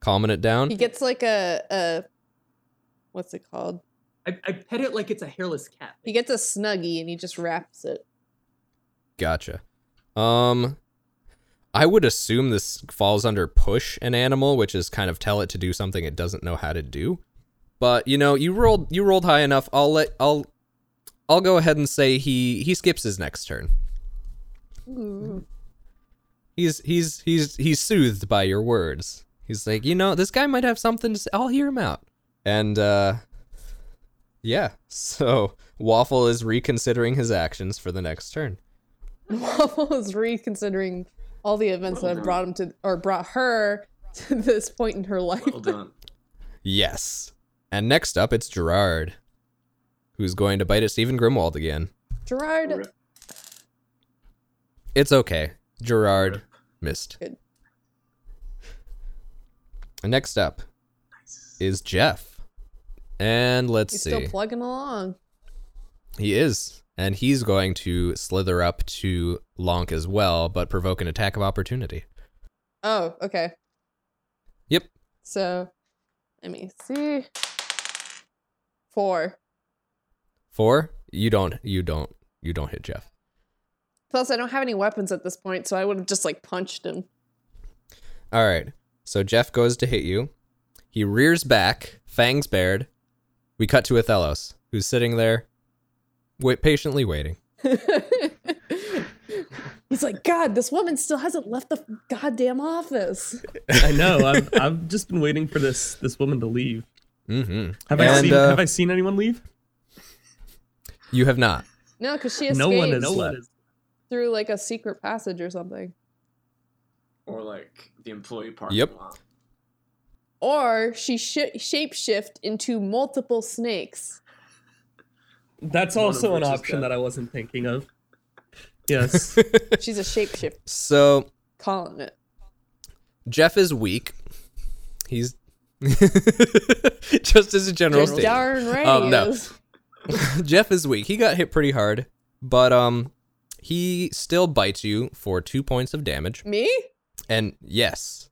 calming it
He
down.
gets like a a what's it called?
I, I pet it like it's a hairless cat.
He gets a snuggie and he just wraps it.
Gotcha. Um I would assume this falls under push an animal, which is kind of tell it to do something it doesn't know how to do. But you know, you rolled you rolled high enough. I'll let I'll I'll go ahead and say he he skips his next turn.
Ooh.
He's he's he's he's soothed by your words. He's like, you know, this guy might have something to say. I'll hear him out. And uh yeah. *laughs* So Waffle is reconsidering his actions for the next turn.
Waffle is reconsidering all the events that have brought him to, or brought her to this point in her life.
*laughs* Well done.
Yes. And next up it's Gerard. Who's going to bite at Stephen Grimwald again.
Gerard,
Rip.
It's okay. Gerard missed.
Good.
Next up is Jeff. And let's
he's
see.
still plugging along.
He is. And he's going to slither up to Lonk as well, but provoke an attack of opportunity.
Oh, okay.
Yep.
So, let me see. Four.
Four. You don't you don't you don't hit Jeff.
Plus, I don't have any weapons at this point, so I would have just like punched him. *laughs*
Alright. So Jeff goes to hit you. He rears back, fangs bared. We cut to Athelos, who's sitting there wait patiently waiting.
He's like, God, this woman still hasn't left the goddamn office.
I know. I've, I've just been waiting for this this woman to leave.
Mm-hmm.
Have I
And,
seen
uh,
Have I seen anyone leave?
You have not.
No, because she escaped
No one has No one
left.
has-
through like a secret passage or something.
Or like the employee parking
Yep.
lot.
Or she sh- shapeshift into multiple snakes.
That's
None of
also an
which is
option
dead.
that I wasn't thinking of. Yes.
She's a shapeshift,
So
calling it.
Jeff is weak. He's *laughs* just as a general
You're
statement.
darn right.
Um,
he
no.
is.
Jeff is weak. He got hit pretty hard, but um, he still bites you for two points of damage.
Me?
And yes,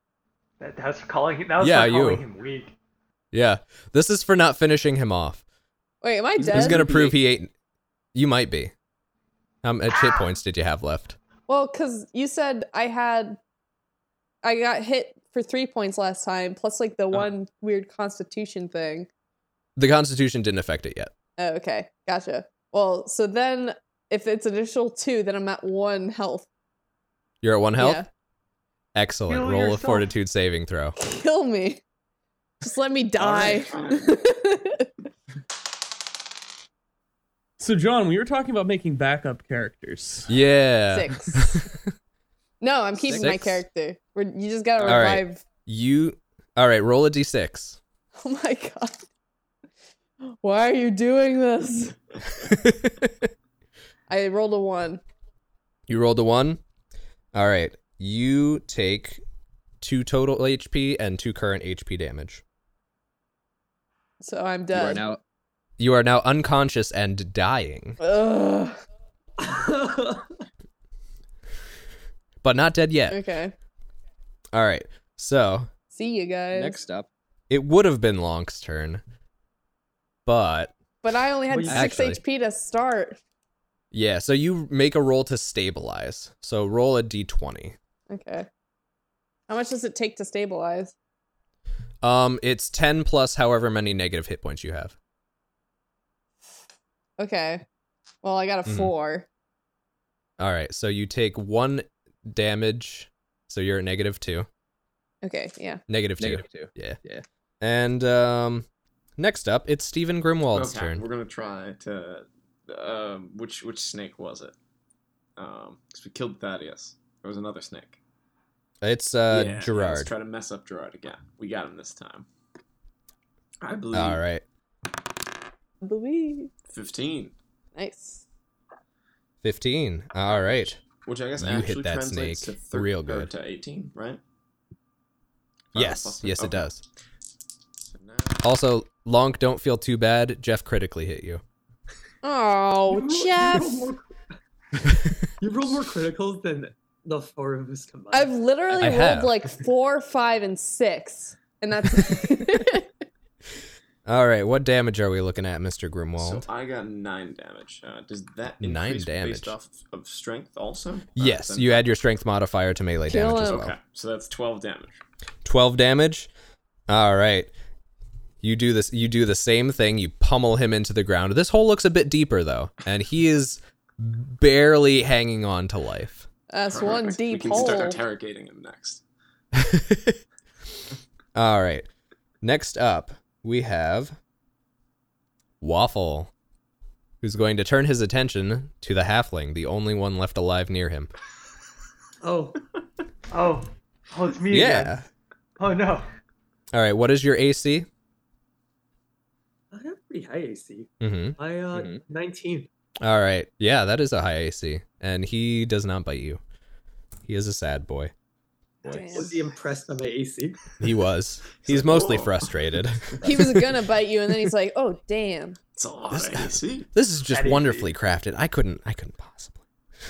That, that's calling him. That was
Yeah,
not calling
you.
him weak.
yeah, this is for not finishing him off.
Wait, am I
He's
dead?
He's gonna
be.
prove he ain't. You might be. How much
Ah.
hit points did you have left?
Well, because you said I had, I got hit for three points last time, plus like
Oh.
the one weird Constitution thing.
The Constitution didn't affect it yet.
Oh, okay, gotcha. Well, so then if it's initial two, then I'm at one health.
You're at one health.
Yeah,
Excellent.
Heal
Roll
yourself.
a Fortitude saving throw.
kill me. Just let me die.
All right,
*laughs*
so John, we were talking about making backup characters.
Yeah. *laughs*
Six. no, I'm keeping my
Six?
character. We're, you just gotta
All right.
revive. *laughs*
You all right? Roll a d6.
Oh my god. Why are you doing this? I rolled a one.
you rolled a one. All right. You take two total HP and two current HP damage.
So I'm
You are
dead.
now
You are now unconscious and dying,
Ugh.
but not dead yet.
Okay.
All right. So
See you guys.
next up.
it would have been Lonk's turn, but
But I only had
Well, you-
six
Actually.
HP to start.
yeah. So you make a roll to stabilize. So roll a d20.
Okay. How much does it take to stabilize?
Um, it's ten plus however many negative hit points you have.
Okay. Well, I got a
Mhm.
four.
All right. So you take one damage. So you're at negative two.
Okay. Yeah.
Negative two.
Negative two.
Yeah.
Yeah.
And um next up, it's Stephen Grimwald's
okay,
turn.
we're gonna try to. Um, which which snake was it? Um, because we killed Thaddeus. There was another snake.
It's uh
Yeah, Let's
Gerard.
try to mess up Gerard again. We got him this time. I believe.
All right.
Louise.
Fifteen.
Nice.
15. All right.
Which I guess
You hit
actually
that
translates
snake
to thir-
real
or
good.
to eighteen, right? Oh,
Yes.
plus-
Yes, it
okay.
does.
So now-
Also, Lonk, don't feel too bad. Jeff critically hit you.
Oh, Jeff.
You rolled, more, you rolled more criticals than the four of us combined.
I've literally
I
rolled
have.
like four, five, and six. And
*laughs*
that's
All right. What damage are we looking at, Mr. Grimwald?
So uh, I got nine damage. Uh, does that
Nine
increase
damage.
based off of strength also? Alright,
yes,
then-
you add your strength modifier to melee
Kill
damage as
him.
well.
Okay, so that's twelve damage.
12 damage. All right. You do this you do the same thing, you pummel him into the ground. This hole looks a bit deeper though, and he is barely hanging on to life.
That's one
Perfect.
deep
We can
hole.
start interrogating him next.
All right. Next up, we have Waffle, who's going to turn his attention to the halfling, the only one left alive near him.
Oh. Oh. Oh, it's me again.
Yeah.
Oh no.
All right. What is your AC?
I have pretty high AC.
Mm-hmm.
I uh,
Mhm.
19.
All right. Yeah, that is a high AC, and he does not bite you. He is a sad boy.
Was he impressed by my AC?
He was. He's mostly
Cool.
frustrated.
He was gonna bite you, and then he's like, "Oh damn!"
It's a lot of AC.
*laughs* This is just
That is
wonderfully crafted. I couldn't. I couldn't possibly.
Is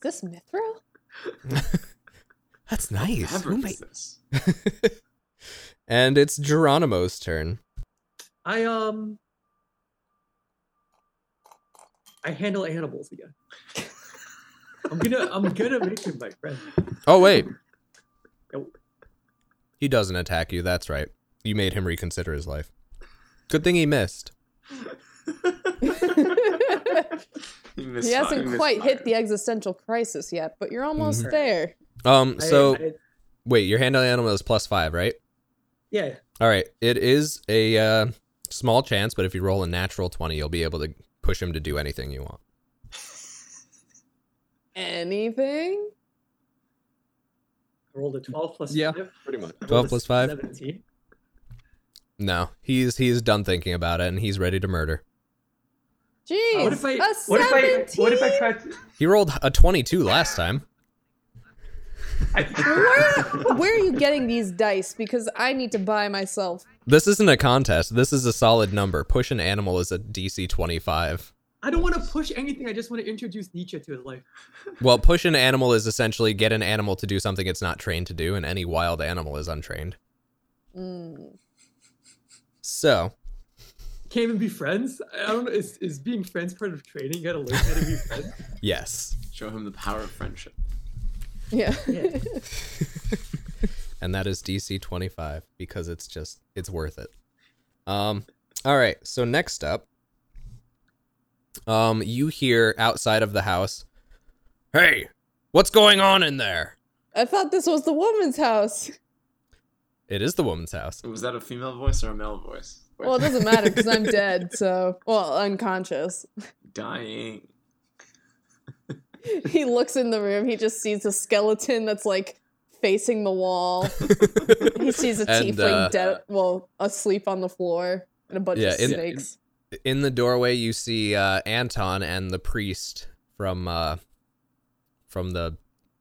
this mithril?
That's nice. Who
Fabric
ma-
is
*laughs*
this?
and it's Geronimo's turn.
I um I handle
*laughs*
animals again. I'm gonna I'm gonna make him my friend.
Oh wait.
Nope.
He doesn't attack you. That's right. You made him reconsider his life. Good thing he missed.
He,
he hasn't quite hit the existential crisis yet, but
Mm-hmm.
you're almost
Mhm.
there.
Um.
I-
So
I-
wait, your handling animal is plus five, right?
yeah,
All right. It is a uh, small chance, but if you roll a natural twenty, you'll be able to push him to do anything you want.
Anything?
I rolled a 12 plus
Yeah,
5.
pretty much.
I rolled
12
a
plus five?
17.
No, he's he's done thinking about it, and he's ready to murder.
Jeez.
What if I-
a
What if I what if I
17?
tried to
He rolled a twenty-two last time.
*laughs* I,
Where, where are you getting these dice? Because I need to buy myself.
This isn't a contest. This is a solid number. Push an animal is a DC 25.
I don't want to push anything. I just want to introduce Nietzsche to his life.
Well, push an animal is essentially get an animal to do something it's not trained to do, and any wild animal is untrained.
Mm.
So,
Can't even be friends. I don't know. Is, is being friends part of training? You gotta learn how to be friends.
yes.
Show him the power of friendship.
Yeah.
And that is DC 25 because it's just, it's worth it. Um, all right. So, next up, um, you hear outside of the house, Hey, what's going on in there?
I thought this was the woman's house.
It is the woman's house. *laughs*
Was that a female voice or a male voice? Wait,
Well, it doesn't matter because I'm dead. So, well, unconscious.
dying.
*laughs* He looks in the room. He just sees a skeleton that's like facing the wall. He sees a
*laughs* And,
tiefling
uh,
dead, well, asleep on the floor, and a bunch
Yeah,
of
in-
snakes.
in the doorway you see uh, Anton and the priest from uh, from the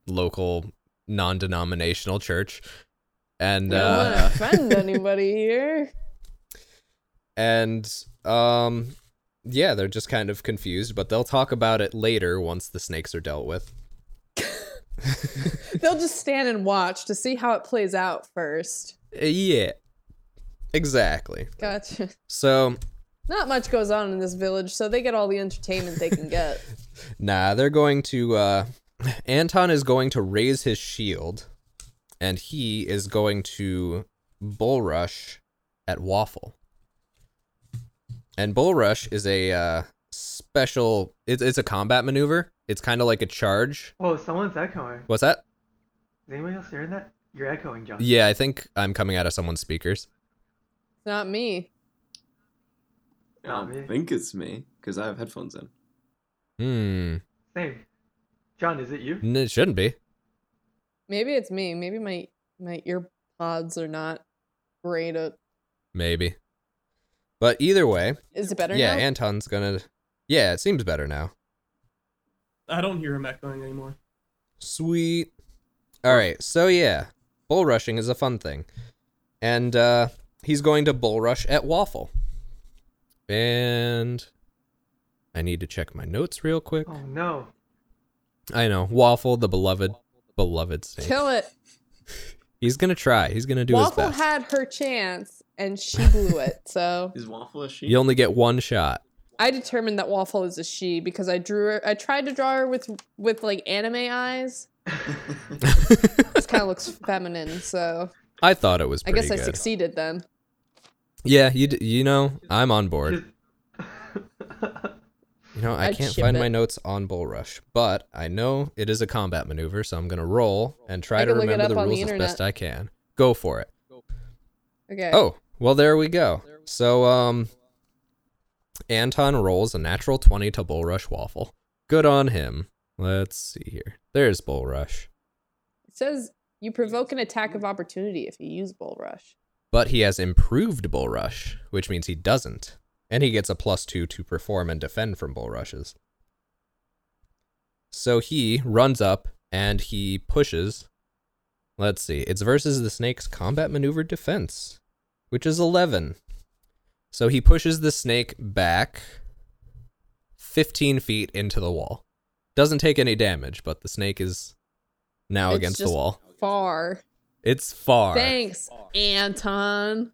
local non-denominational church and
I don't want to
*laughs* uh,
offend anybody here.
and um yeah they're just kind of confused but they'll talk about it later once the snakes are dealt with
They'll just stand and watch to see how it plays out first.
Uh, yeah exactly
Gotcha.
so
Not much goes on in this village, so they get all the entertainment they can
*laughs*
get.
Nah, they're going to. Uh, *laughs* Anton is going to raise his shield, and he is going to bull rush at Waffle. And bull rush is a uh, special. It's it's a combat maneuver. It's kind of like a charge.
Whoa, someone's echoing.
What's that?
Is anybody else hearing that? You're echoing, John.
Yeah, I think I'm coming out of someone's speakers.
Not me.
I
Not
don't
me.
think it's me because I have headphones in.
Hmm.
Same. John, is it you?
N- It shouldn't be.
Maybe it's me. Maybe my my ear pods are not great Uh, at.
Maybe. But either way,
Is it better
yeah,
now?
Anton's gonna. Yeah, it seems better now.
I don't hear him echoing anymore.
Sweet. All right. So yeah, bull rushing is a fun thing, and uh, he's going to bull rush at Waffle. And I need to check my notes real quick.
Oh no. *laughs*
I know Waffle, the beloved, beloved snake.
Kill it.
He's gonna try. He's gonna do
Waffle
his best.
had her chance and she blew
*laughs*
it. So
Is Waffle a sheep?
you only get one shot.
I determined that Waffle is a she because I drew her. I tried to draw her with with like anime
*laughs*
eyes. This kind of looks feminine. So
I thought it was
I
pretty
guess I
good.
succeeded then.
yeah, you d- you know I'm on board.
Just-
You know, I
I'd
can't
ship
find
it.
my notes on Bull Rush, but I know it is a combat maneuver, so I'm gonna roll and try
I
to
can look it
remember the
up on the
rules as
internet.
best I can. Go for it.
Okay.
Oh, well, there we go. So, um, Anton rolls a natural 20 to Bull Rush Waffle. Good on him. Let's see here. There's Bull Rush.
It says you provoke an attack of opportunity if you use Bull Rush.
But he has improved Bull Rush, which means he doesn't. And he gets a plus two to perform and defend from Bull Rushes. So he runs up and he pushes. Let's see. It's versus the snake's combat maneuver defense, which is 11. So he pushes the snake back 15 feet into the wall. Doesn't take any damage, but the snake is now
It's
against the
just
wall.
Far.
It's far.
Thanks, Anton.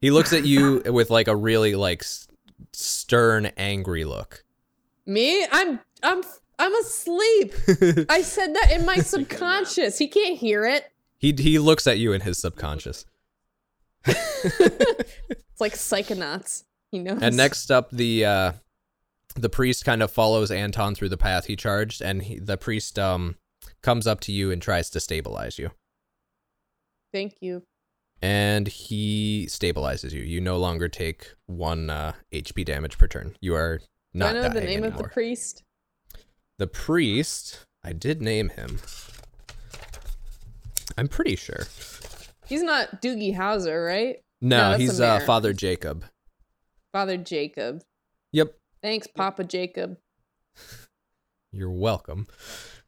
He looks at you *laughs* with like a really like s- stern, angry look.
Me? I'm I'm I'm
*laughs*
asleep. I said that in my subconscious. He can't hear it.
he he looks at you in his subconscious.
It's like psychonauts. He knows.
And next up, the uh, the priest kind of follows Anton through the path he charged, and he, the priest um comes up to you and tries to stabilize you,
Thank you.
and he stabilizes you. You no longer take one uh, HP damage per turn. You are
Do I
not
know the
dying
name of the
anymore.
priest?
The priest, I did name him. I'm pretty sure.
He's not Doogie Hauser, right? No,
No,
that's
he's
a
uh,
mare.
Father Jacob.
Father Jacob.
Yep.
Thanks, Papa Jacob.
You're welcome.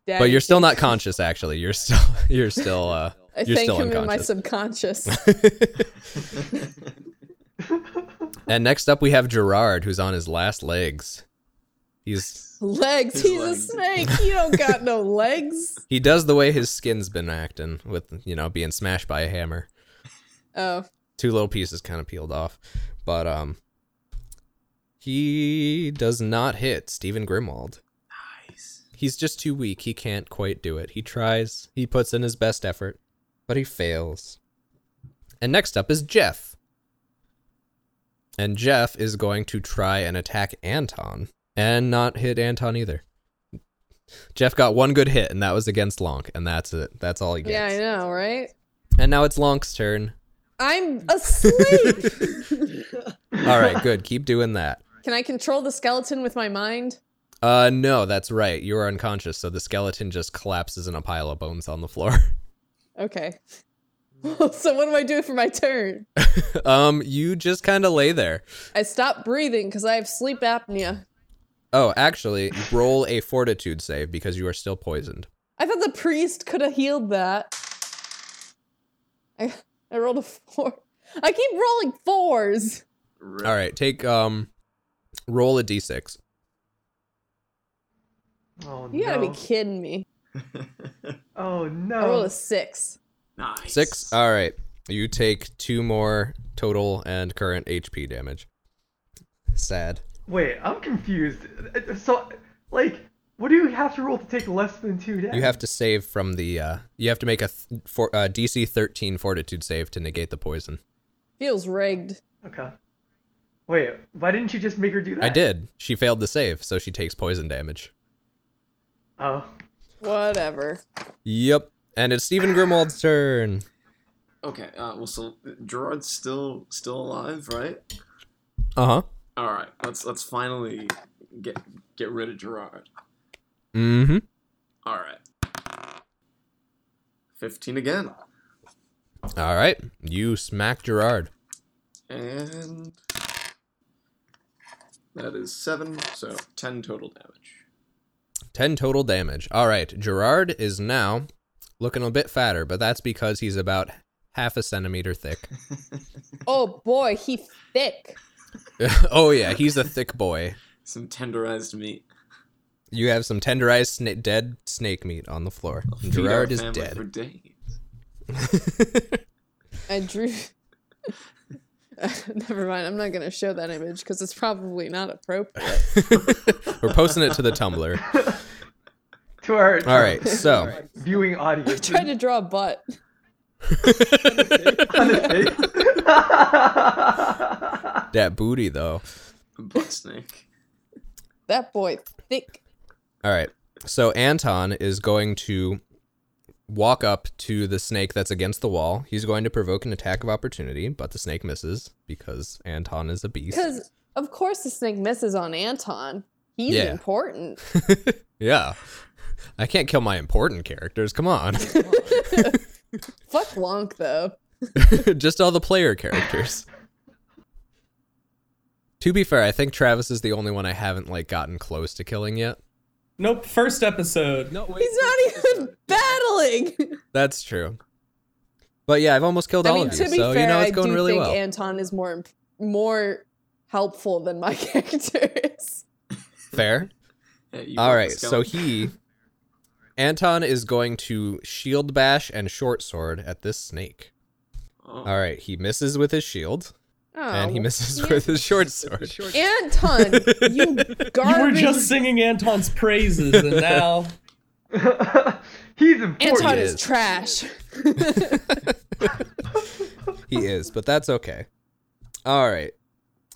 Daddy
But you're still not
Jacob.
conscious actually. You're still *laughs* you're still uh
I
you're
thank
still
him in my
unconscious.
subconscious.
*laughs* and next up we have Gerard who's on his last legs. He's
legs. He's a
legs.
snake. You don't got
*laughs*
no legs.
he does the way his skin's been acting with you know being smashed by a hammer.
Oh,
Two little pieces kind of peeled off. But um he does not hit Stephen Grimwald.
Nice.
He's just too weak. He can't quite do it. He tries. He puts in his best effort, but he fails. And next up is Jeff. And Jeff is going to try and attack Anton and not hit Anton either. Jeff got one good hit, and that was against Lonk, and that's it. That's all he gets.
yeah, I know, right?
And now it's Lonk's turn. *laughs*
I'm asleep.
All right, good. Keep doing that.
Can I control the skeleton with my mind?
Uh, no, that's right. You are unconscious, so the skeleton just collapses in a pile of bones on the floor. *laughs*
Okay. *laughs* so what do I do for my turn?
um, you just kind of lay there.
I stop breathing because I have sleep apnea.
Oh, actually, roll a fortitude save because you are still poisoned.
I thought the priest could have healed that. I, I rolled a four. I keep rolling fours.
Rip.
All right, take um roll a d6.
Oh
You gotta
no.
be kidding me.
*laughs* Oh
I rolled
no.
a six.
Nice.
6. All right. You take two more total and current HP damage. Sad.
Wait, I'm confused. Uh, So, like, what do you have to roll to take less than two damage?
You have to save from the uh you have to make a th- for, uh, DC 13 fortitude save to negate the poison.
Feels rigged.
Okay. Wait, why didn't you just make her do that?
I did. She failed the save, so she takes poison damage.
Oh.
Whatever.
Yep. And it's Stephen Grimwald's turn.
Okay. Uh, well, so Gerard's still still alive, right?
Uh-huh.
All right. Let's let's finally get get rid of Gerard.
Mhm.
All right. Fifteen again,
All right. You smack Gerard.
and that is seven, so ten total damage.
10 total damage. All right, Gerard is now looking a bit fatter, but that's because he's about half a centimeter thick. *laughs*
Oh boy, he thick.
oh, yeah, he's a thick boy.
Some tenderized meat.
You have some tenderized sna- dead snake meat on the floor.
I'll feed our
Gerard is
family for
dead.
days.
I drew. *laughs* Never mind. I'm not gonna show that image because it's probably not appropriate.
We're posting it to the Tumblr.
To our
All right,
*laughs*
so
viewing audience. *laughs*
Tried to draw a butt.
Honestly.
that booty, though.
*laughs* Butt snake.
That boy thick.
All right. So Anton is going to walk up to the snake that's against the wall. He's going to provoke an attack of opportunity, but the snake misses because Anton is a beast.
Because of course the snake misses on Anton. He's
Yeah.
important.
yeah. I can't kill my important characters. Come on. *laughs*
Fuck Wonk though.
Just all the player characters. to be fair, I think Travis is the only one I haven't like gotten close to killing yet.
Nope. First episode.
No, wait.
He's not even *laughs* battling.
That's true. But yeah, I've almost killed
I
all
mean,
of
to
you,
be
so
fair,
you know
I
it's going
do
really
think
well.
Anton is more imp- more helpful than my *laughs* character is.
fair.
Yeah, you
All
got the
right, so
skeleton.
he Anton is going to shield bash and short sword at this snake.
Oh.
All right, he misses with his shield
Oh,
and he misses
*laughs* yeah.
with his
*laughs*
short sword.
Anton,
*laughs*
you garbage.
You were just singing Anton's praises, and now
He's important.
Anton
He
is
is.
trash.
he is, but that's okay. All right.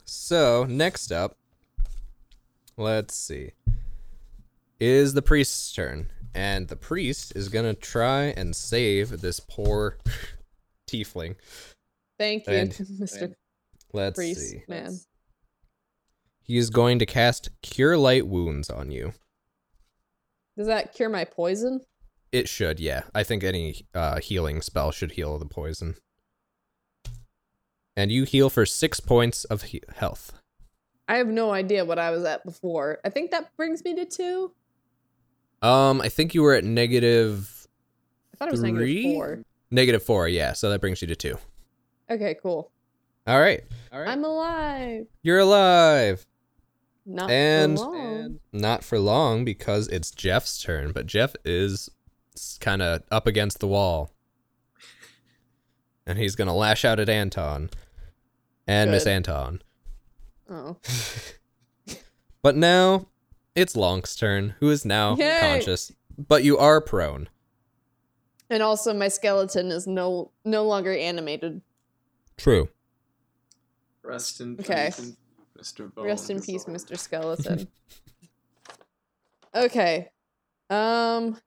So, next up, let's see. Is the priest's turn. And the priest is going to try and save this poor *laughs* tiefling.
Thank you, *laughs*
And-
Mr.
Let's
Priest,
see.
man.
He is going to cast Cure Light Wounds on you.
Does that cure my poison?
It should, yeah. I think any uh, healing spell should heal the poison. And you heal for six points of he- health.
I have no idea what I was at before. I think that brings me to two.
Um, I think you were at negative
I thought it was
Three?
negative four.
negative four. Yeah, so that brings you to two.
Okay, cool.
All right,
All right.
I'm alive.
you're alive,
Not
and,
for long.
and not for long because it's Jeff's turn. But Jeff is kind of up against the wall, and he's gonna lash out at Anton and Miss
Good.
Anton.
oh,
But now it's Lonk's turn, who is now
Yay!
conscious. But you are prone.
and also my skeleton is no no longer animated.
True.
Rest in
Okay.
peace, Mr. Bones.
Rest in peace, Mr.
*laughs*
Skeleton. okay. Um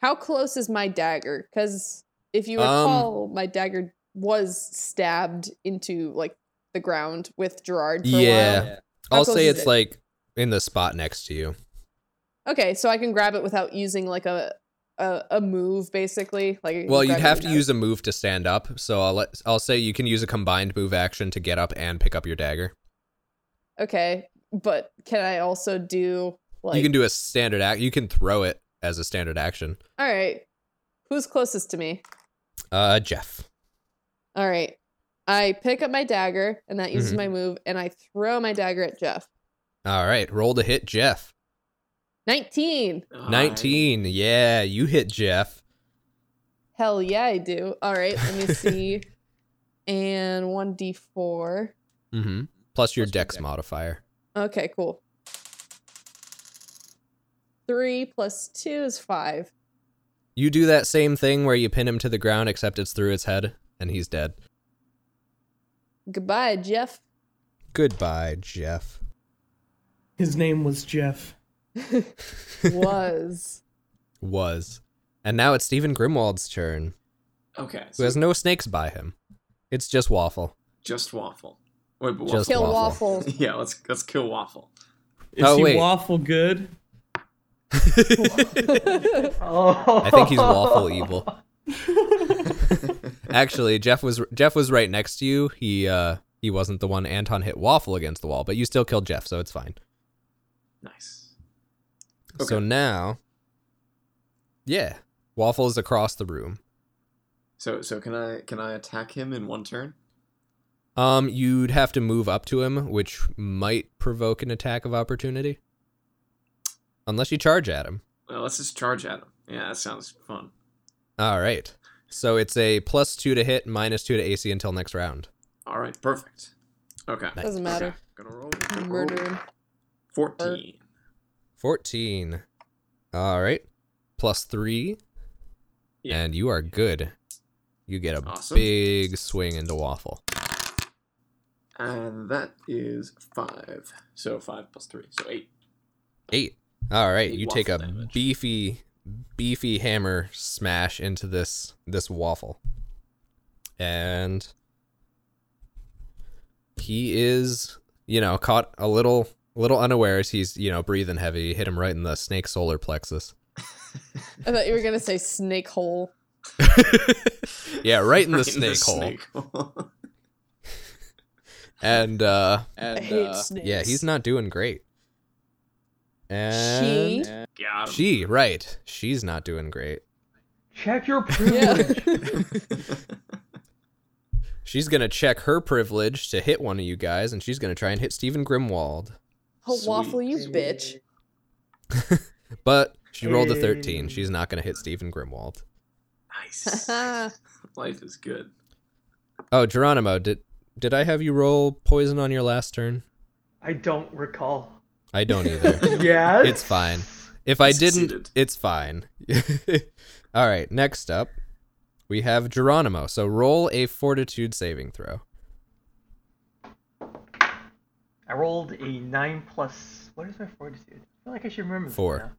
how close is my dagger? Cuz if you
Um,
recall, my dagger was stabbed into like the ground with Gerard for a
Yeah.
while. How
I'll
close
say
is
it's
it?
like in the spot next to you.
Okay, so I can grab it without using like a a, a move basically. Like I can
Well, you'd
grab it
have to
without-
use a move to stand up, so I'll let, I'll say you can use a combined move action to get up and pick up your dagger.
Okay, but can I also do like
you can do a standard act. You can throw it as a standard action.
All right. Who's closest to me?
Uh, Jeff.
All right. I pick up my dagger, and that uses
Mhm.
my move, and I throw my dagger at Jeff.
All right, roll to hit Jeff.
19.
Nice.
Nineteen. Yeah, you hit Jeff.
Hell yeah, I do. All right, let me see. and 1d4.
Mm-hmm. Plus your
Plus your
dex
dex.
modifier.
Okay, cool. 3 plus 2 is 5.
You do that same thing where you pin him to the ground, except it's through his head, and he's dead.
Goodbye, Jeff.
Goodbye, Jeff.
his name was Jeff.
Was.
Was. And now it's Stephen Grimwald's turn,
Okay,
who
so
has no snakes by him. It's just Waffle.
just waffle. Wait, but
Just
Kill
Waffle.
*laughs*
Waffle.
yeah, let's let's kill waffle.
Is
Oh,
he
wait.
waffle good?
Oh.
I think he's
*laughs*
waffle evil. Actually, Jeff was Jeff was right next to you. He uh he wasn't the one Anton hit waffle against the wall, but you still killed Jeff, so it's fine.
Nice.
So
Okay.
now Yeah. Waffle is across the room.
So so can I can I attack him in one turn?
Um you'd have to move up to him, which might provoke an attack of opportunity. Unless you charge at him.
Well, let's just charge at him. Yeah, that sounds fun.
All right. So it's a plus 2 to hit, minus 2 to AC until next round.
All right, perfect. Okay.
Nice.
Doesn't
Okay.
matter.
Gonna roll. gonna roll.
Murder him.
Fourteen.
14. All right. Plus 3
Yeah.
and you are good. You get a
Awesome.
big swing into waffle.
And that is five. So five plus three. So eight.
Eight. All right,
Eight
you take a
waffle damage.
beefy, beefy hammer smash into this this waffle, and he is, you know, caught a little little unawares. He's you know breathing heavy. You Hit him right in the snake solar plexus.
I thought you were gonna say snake hole.
yeah, right
*laughs*
in *laughs* the
Right
snake hole.
snake hole. *laughs*
And uh,
I
And
hate
uh,
snakes.
yeah, he's not doing great.
She.
And
Got him.
she, right? She's not doing great.
Check your
*laughs* Yeah.
privilege.
*laughs* She's gonna check her privilege to hit one of you guys, and she's gonna try and hit Stephen Grimwald.
Ho
Sweet.
waffle, you bitch.
But she rolled a thirteen. She's not gonna hit Stephen Grimwald.
*laughs*
nice. Life is good.
Oh, Geronimo, did did I have you roll poison on your last turn?
I don't recall.
I don't
*laughs*
either.
Yes.
it's fine. If I didn't,
Succeeded.
it's fine. *laughs* All right. Next up, we have Geronimo. So roll a Fortitude saving throw.
I rolled a nine plus. What is my fortitude? I feel like I should remember. this
Four.
now.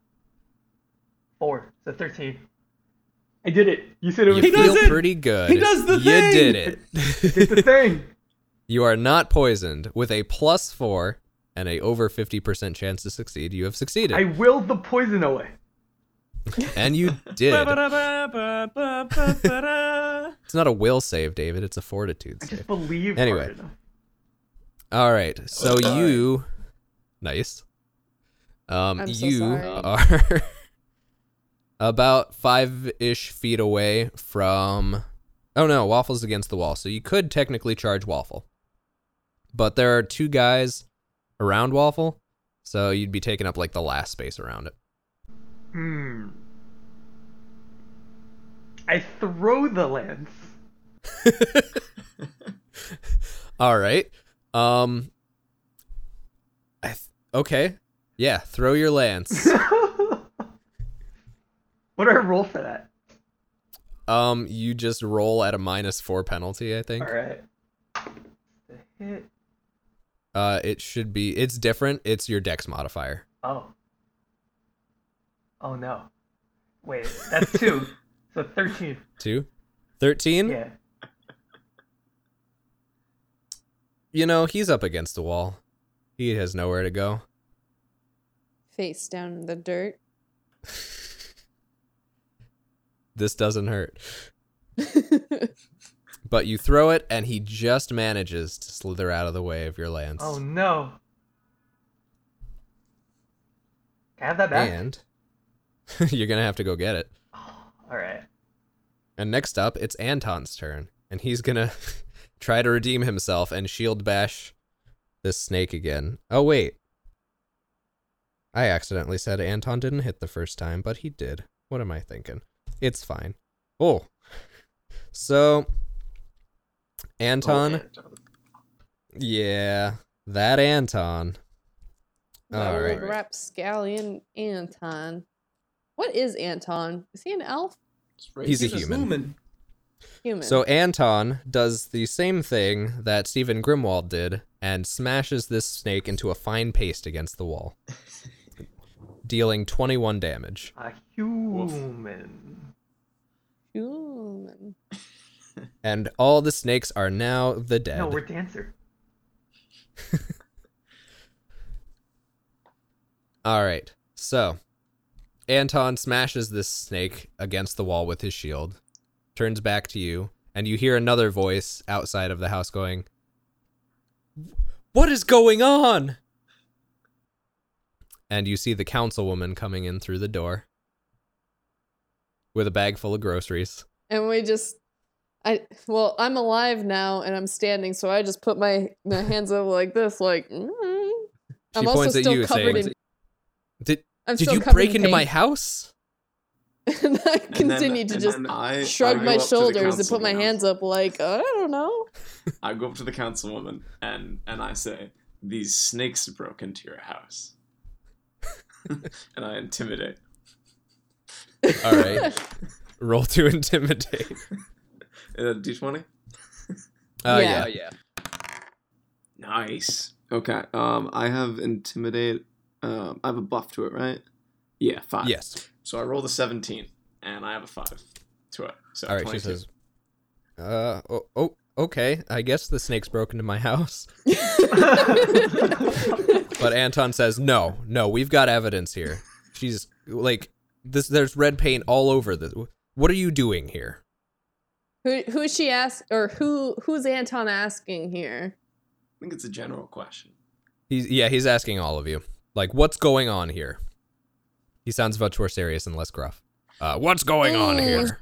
Four. So thirteen. I did it. You said it
You
was
feel
does it!
pretty good.
He does the
you
thing!
did it.
*laughs*
*laughs*
did the thing.
You are not poisoned. With a plus four and a over fifty percent chance to succeed, you have succeeded,
I willed the poison away. *laughs*
and you
*laughs*
did.
Ba-ba-da-ba-ba-ba-ba-da.
It's not a will save, David. It's a Fortitude
I
save.
just believe.
Anyway.
hard enough.
All right.
Oh,
So you, nice. Um,
I'm so
you
sorry.
are *laughs* about five-ish feet away from. Oh no, Waffle's against the wall, so you could technically charge Waffle. But there are two guys around Waffle, so you'd be taking up like the last space around it.
Hmm. I throw the lance. *laughs*
All right. Um. I th- okay. Yeah. Throw your
*laughs*
lance.
what do I roll for that?
Um, you just roll at a minus four penalty, I think.
All right. The hit.
Uh, it should be. It's different. It's your dex modifier.
Oh. Oh no. Wait, that's
*laughs*
two. so thirteen.
Two. 13?
Yeah.
You know, he's up against the wall. He has nowhere to go.
Face down in the dirt. *laughs*
This doesn't hurt. But you throw it, and he just manages to slither out of the way of your lance.
Oh no. Can I have that back?
And *laughs* you're going to have to go get it.
All right.
And next up, it's Anton's turn, and he's gonna *laughs* try to redeem himself and shield bash this snake again. Oh wait, I accidentally said Anton didn't hit the first time, but he did. What am I thinking? It's fine. Oh, so
Oh,
Anton, yeah, that Anton.
My
All
old
right.
Rapscallion Anton. What is Anton? Is he an elf?
He's a
Jesus,
human.
Lumen.
Human.
So Anton does the same thing that Stephen Grimwald did and smashes this snake into a fine paste against the wall, dealing 21 damage.
A human.
Human.
And all the snakes are now the dead.
No,
*laughs*
we're dancer. *laughs*
all right. So Anton smashes this snake against the wall with his shield, turns back to you, and you hear another voice outside of the house going, "What is going on?" And you see the councilwoman coming in through the door with a bag full of groceries.
And we just I well, I'm alive now and I'm standing, so I just put my, my hands over like this, like mm.
She
I'm also
points at
still
you
covered
saying,
in
"Did
I'm
did
still
you
covered
break
in
into my
paint.
house?"
*laughs* and I
And then-
continue to
and
just
then I- I
shrug
go
my
up to the
shoulders and put my
councilwoman.
hands up like I don't
*laughs*
know. *laughs*
I go up to the councilwoman and and I say, "These snakes broke into your house," *laughs* and I intimidate.
All right.
*laughs*
Roll to intimidate.
Uh, D twenty.
Uh,
Yeah.
Oh yeah.
Nice. Okay. Um, I have intimidate. Um, I have a buff to it, right? Oh, Yeah, five.
Yes.
So I rolled a seventeen, and I have a five to it. So
All right. She
22.
says, "Uh oh, oh, okay. I guess the snake's broke into my *laughs* house." But Anton says, "No, no, we've got evidence here. She's like this. There's red paint all over this. What are you doing here?"
Who who is she ask or who who's Anton asking here?
I think it's a general question.
He's yeah. He's asking all of you, like, what's going on here? He sounds much more serious and less gruff. Uh, what's going on here?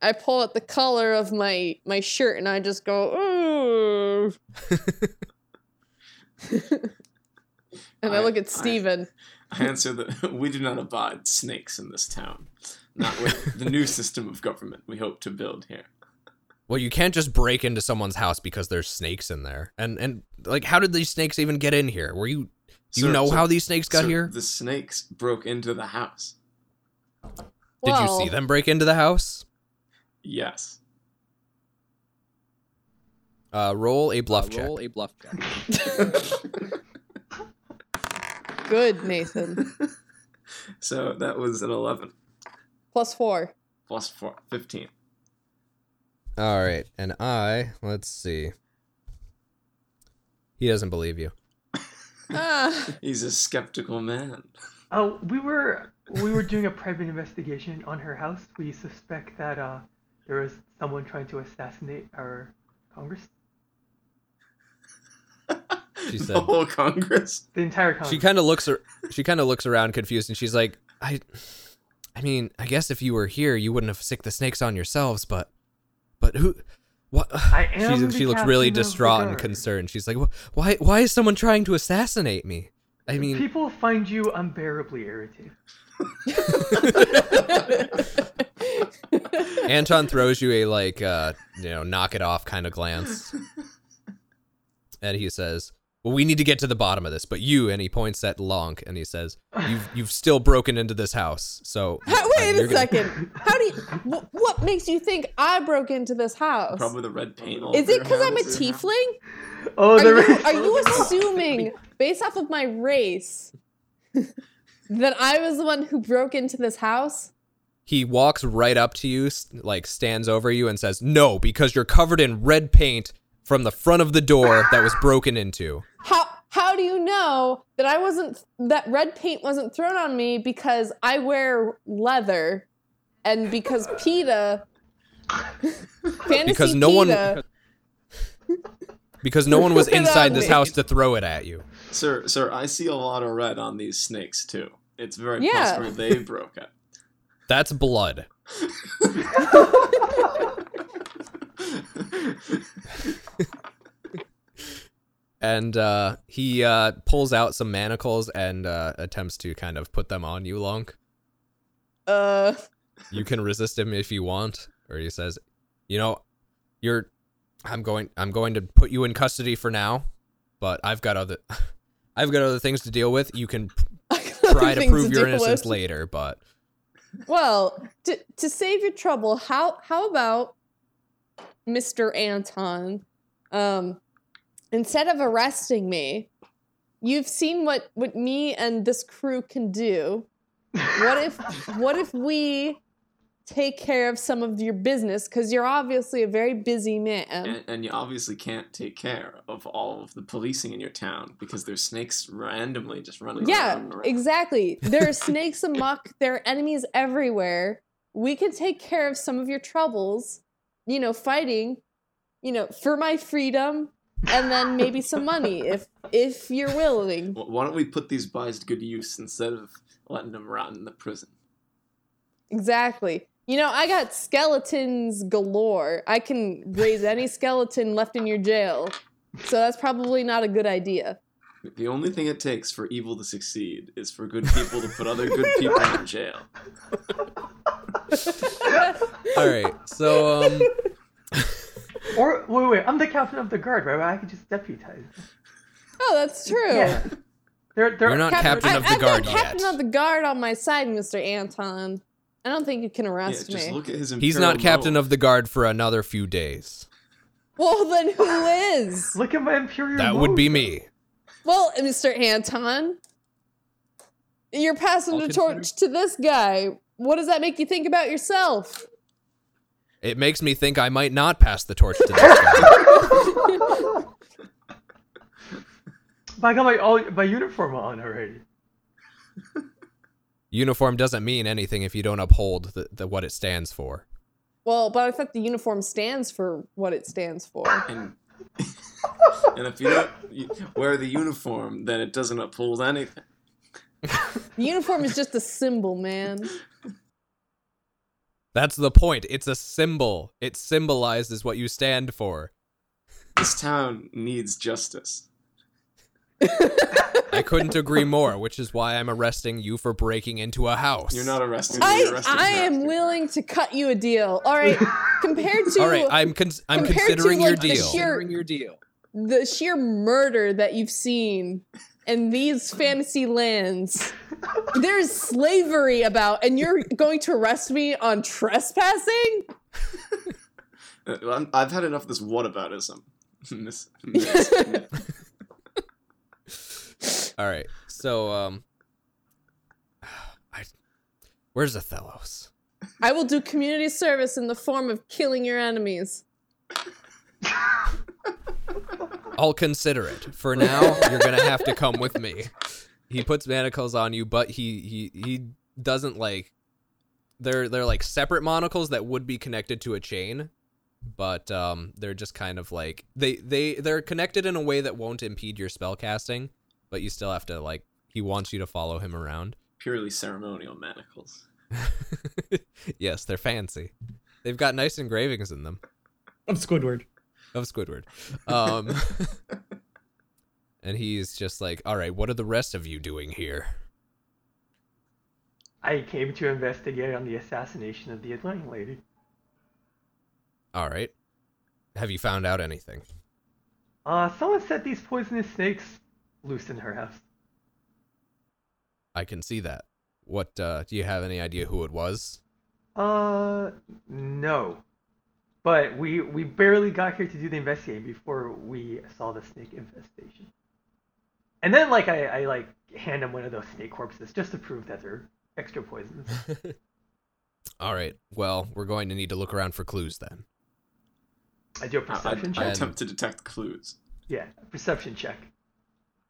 I pull at the collar of my my shirt and I just go
*laughs*
ooh. *laughs* and I,
I-
look
I-
at Steven.
I answer that *laughs* we do not abide snakes in this town, not with the
*laughs*
new system of government we hope to build here.
Well, you can't just break into someone's house because there's snakes in there. And and like, how did these snakes even get in here? Were you? Do you
Sir,
know
sir,
how these snakes got
sir,
here?
The snakes broke into the house.
Did you
Well,
see them break into the house?
Yes.
Uh, roll a bluff
Uh,
check.
Roll a bluff check.
Good,
*laughs*
Nathan.
So that was an eleven
Plus four.
plus four, 15.
All right, and I let's see. He doesn't believe you.
Ah, *laughs*
He's a skeptical man.
Uh, we were we were doing a private investigation on her house. We suspect that uh, there was someone trying to assassinate our Congress,
*laughs* She said.
The whole Congress.
the entire Congress.
She kind of looks. Ar- she kind of looks around confused, and she's like, "I, I mean, I guess if you were here, you wouldn't have sicked the snakes on yourselves, but, but who?" What? *sighs*
I am
She's-
the
she looks really
captain of the
distraught and
guard.
concerned. She's like, "Wh- "Why? Why is someone trying to assassinate me? I mean,
People find you unbearably irritating.
Anton throws you a like uh you know knock it off kind of glance, and he says, "Well, we need to get to the bottom of this." But you, and he points at Lonk, and he says, "You've you've still broken into this house, so uh,
how- *laughs* wait
you're
a
gonna-
2nd How
*laughs*
do you, wh- what makes you think I broke into this house?
Probably the red paint. all
Is
over
it because
her
I'm a
house.
tiefling?
Oh,
Are
there
you,
*laughs*
is-
are you assuming, based off of my race, *laughs* that I was the one who broke into this house?
He walks right up to you, s- like stands over you, and says, "No, because you're covered in red paint from the front of the door that was broken into."
How how do you know that I wasn't that red paint wasn't thrown on me because I wear leather and
*laughs*
because PETA fantasy
Because no one-
PETA,
Because
*laughs*
no one was
Look at
inside this
me.
house to throw it at you.
Sir, sir, I see a lot of red on these snakes too. It's very
Yeah.
possible they
*laughs*
broke it.
That's blood. and uh, he uh, pulls out some manacles and uh, attempts to kind of put them on you, Lonk.
uh *laughs*
You can resist him if you want, or he says, "You know, you're. I'm going. I'm going to put you in custody for now, but I've got other. *laughs* I've got other things to deal with.
*laughs*
You can try to
things
prove your
deal with.
innocence later, but *laughs*
Well, to, to save your trouble, how how about Mr. Anton? Um, instead of arresting me, you've seen what what me and this crew can do. What if what if we take care of some of your business because you're obviously a very busy man.
*laughs* and, and you obviously can't take care of all of the policing in your town because there's snakes randomly just running
Yeah,
around.
exactly. There
*laughs*
are snakes amok. There are enemies everywhere. We can take care of some of your troubles, you know, fighting, you know, for my freedom, and then maybe some
*laughs*
money if if you're willing.
Wh- Why don't we put these buys to good use instead of letting them rot in the prison?
Exactly. You know, I got skeletons galore. I can raise any skeleton left in your jail. So that's probably not a good idea.
The only thing it takes for evil to succeed is for good people to put other good
*laughs*
people in jail.
all right. So um,
Or wait, wait, I'm the captain of the guard, right? I could just deputize.
Oh, that's true.
Yeah. They're, they're,
you're not captain, of the
I, I've
guard
got
yet.
Captain of the guard on my side, Mr. Anton. I don't think you can
Yeah,
arrest
just
me.
look at his.
He's
imperial
not captain
mode.
of the guard for another few days.
Well, then who
*laughs*
is?
Look at my Imperial
That would be
Mode.
me.
Well, Mr. Anton, you're passing
I'll
the
consider.
torch to this guy. What does that make you think about yourself?
It makes me think I might not pass the torch to
*laughs*
this guy.
But I got my all my uniform on already.
Uniform doesn't mean anything if you don't uphold the, the, what it stands for.
Well, but I thought the uniform stands for what it stands for.
And, *laughs* and if you don't you wear the uniform, then it doesn't uphold anything.
The uniform is just a symbol,
*laughs*
man.
That's the point. It's a symbol. It symbolizes what you stand for.
This town needs justice.
I couldn't agree more, which is why I'm arresting you for breaking into a house.
You're not arrested. you're
I,
arrested
I am
now.
willing to cut you a deal. All
*laughs*
right, compared to
All right, I'm cons- I'm
compared to,
considering your
like, the
deal.
sheer-
Considering your deal.
the sheer murder that you've seen in these fantasy lands, there is slavery about, and you're going to arrest me on trespassing?
Uh, well, I'm, I've had enough of this whataboutism. *laughs* this, this-
*laughs*
All right. So um *sighs* I Where's Othello's?
I will do community service in the form of killing your enemies.
I'll consider it. For now, you're going to have to come with me. He puts manacles on you, but he he he doesn't like they're they're like separate monocles that would be connected to a chain, but um they're just kind of like they they they're connected in a way that won't impede your spell casting, but you still have to like he wants you to follow him around. *laughs*
purely ceremonial manacles.
yes, they're fancy. They've got nice engravings in them.
I'm Squidward.
of Squidward. Um, and he's just like, all right, what are the rest of you doing here?
I came to investigate on the assassination of the Atlantic lady.
All right. Have you found out anything?
Uh, someone said these poisonous snakes loose in her house.
I can see that. What, uh, do you have any idea who it was?
Uh, no. But we we barely got here to do the investigating before we saw the snake infestation. And then like I, I like hand him one of those snake corpses just to prove that they're extra poisonous.
All right. Well, we're going to need to look around for clues then.
I
Uh,
do a
I, I,
perception
I
check.
attempt to detect clues.
Yeah, perception check.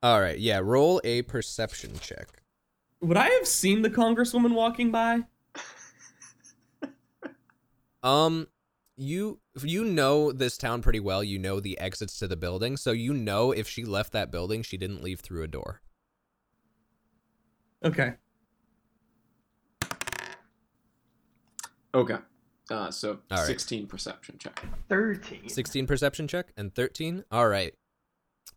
All right. Yeah. Roll a perception check.
Would I have seen the congresswoman walking by?
Um, you you know this town pretty well. You know the exits to the building, so you know if she left that building, she didn't leave through a door.
Okay.
Okay. Uh, so
All right.
16 perception check.
Thirteen.
16 perception check and 13 all right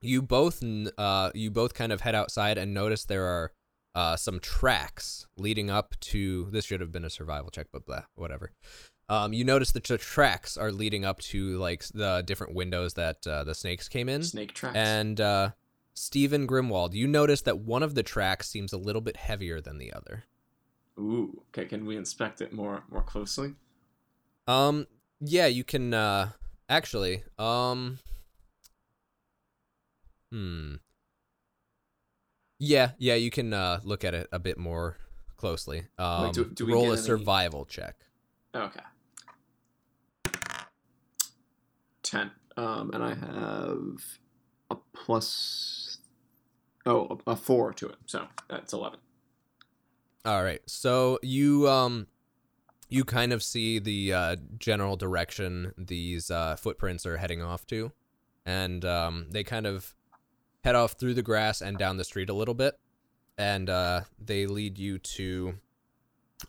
you both n- uh you both kind of head outside and notice there are uh some tracks leading up to this should have been a survival check but blah whatever um you notice that the tracks are leading up to like the different windows that uh, the snakes came in
Snake tracks.
and uh Stephen Grimwald, you notice that one of the tracks seems a little bit heavier than the other.
Ooh. Okay. Can we inspect it more more closely?
Um, yeah, you can. Uh, actually, um, hmm. Yeah, yeah, you can uh, look at it a bit more closely. Um,
do- do we
roll
get
a
any-
survival check.
Okay. 10. Um, and I have a plus. Oh, a, a 4 to it. So that's 11.
All right, so you um, you kind of see the uh, general direction these uh, footprints are heading off to, and um, they kind of head off through the grass and down the street a little bit, and uh, they lead you to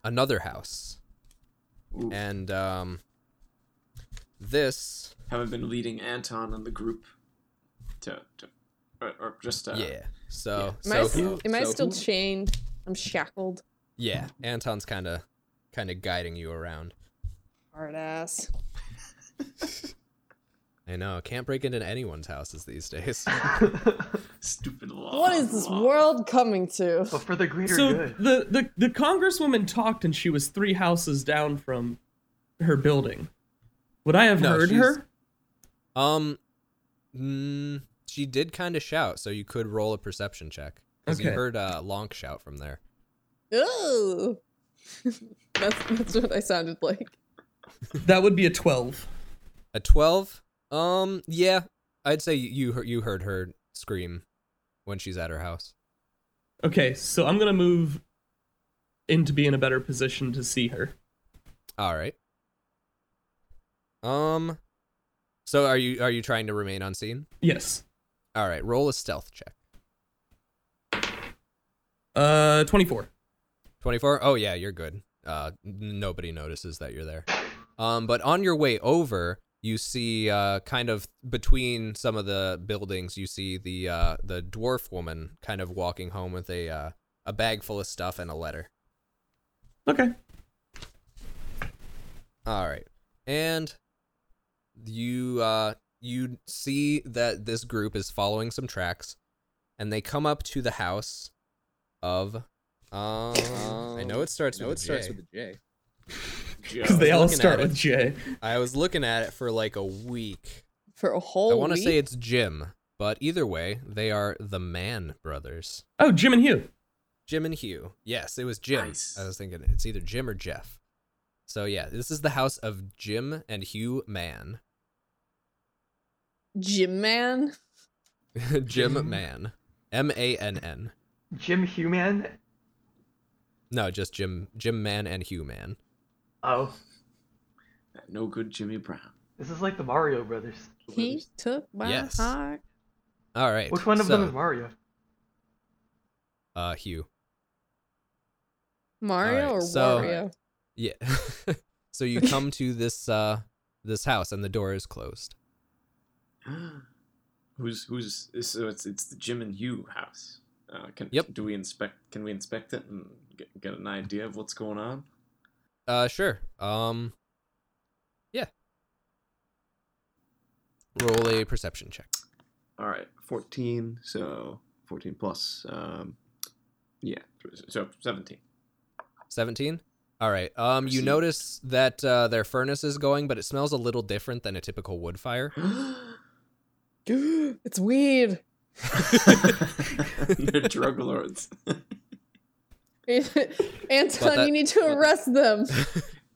another house,
Ooh.
and um, this
Haven't been leading Anton and the group to. to or, or just. Uh,
yeah. So
Am, I,
so
s-
who-
am I
so
still
who-
chained? I'm shackled.
yeah. Anton's kind of kind of guiding you around.
Hard ass.
I know. Can't break into anyone's houses these
*laughs*
days.
Stupid law.
What is this world coming to?
But for the greater
So
good.
the, the the congresswoman talked, and she was three houses down from her building. Would I have
No,
heard
she's-
her?
Um, mm, she did kind of shout, so you could roll a perception check. Because you
Okay.
heard uh, Lonk shout from there.
Ooh. *laughs* that's, that's what I sounded like.
That would be a 12.
A twelve. Um, yeah, I'd say you you heard, you heard her scream when she's at her house.
Okay, so I'm gonna move in to be in a better position to see her.
All right. Um, so are you are you trying to remain unseen?
Yes.
All right, roll a stealth check.
Uh, 24.
Twenty-four. Oh yeah, you're good. Uh, n- nobody notices that you're there. Um, but on your way over, you see uh, kind of between some of the buildings, you see the uh, the dwarf woman kind of walking home with a uh, a bag full of stuff and a letter.
Okay.
All right. And you uh you see that this group is following some tracks and they come up to the house of um I know it starts
No,
with
it starts
J.
with a J.
Because they all
looking at
start
it.
with J.
I was looking at it for like a week.
For a whole
I want to
week?
say it's Jim, but either way, they are the Mann brothers.
Oh, Jim and Hugh.
Jim and Hugh. Yes, it was Jim.
Nice.
I was thinking it's either Jim or Jeff. So yeah, this is the house of Jim and Hugh Mann.
Gym man.
*laughs* Jim Mann. M A N N.
Jim Human.
No, just Jim Jim Man and Hugh Man.
Oh,
No good Jimmy Brown.
this is like the Mario Brothers.
He took my
Yes.
heart.
All right.
Which one of
so,
them is
*laughs*
Mario?
Uh, Hugh.
Mario
Alright,
or
so-
Wario?
Yeah. *laughs* so you come to this uh this house and the door is closed.
*gasps* who's who's so it's it's the Jim and Hugh house. Uh, can
Yep.
do we inspect can we inspect it and get, get an idea of what's going on?
Uh, sure. Um. Yeah. Roll a perception check.
All right, 14, so 14 plus um yeah, so *gasps* *laughs* 17.
Seventeen. All right. Um, you
Proceed.
notice that uh, their furnace is going, but it smells a little different than a typical wood fire. *gasps*
*gasps* it's weed. *laughs*
They're drug lords.
Anton,
that-
you need to
but-
arrest them.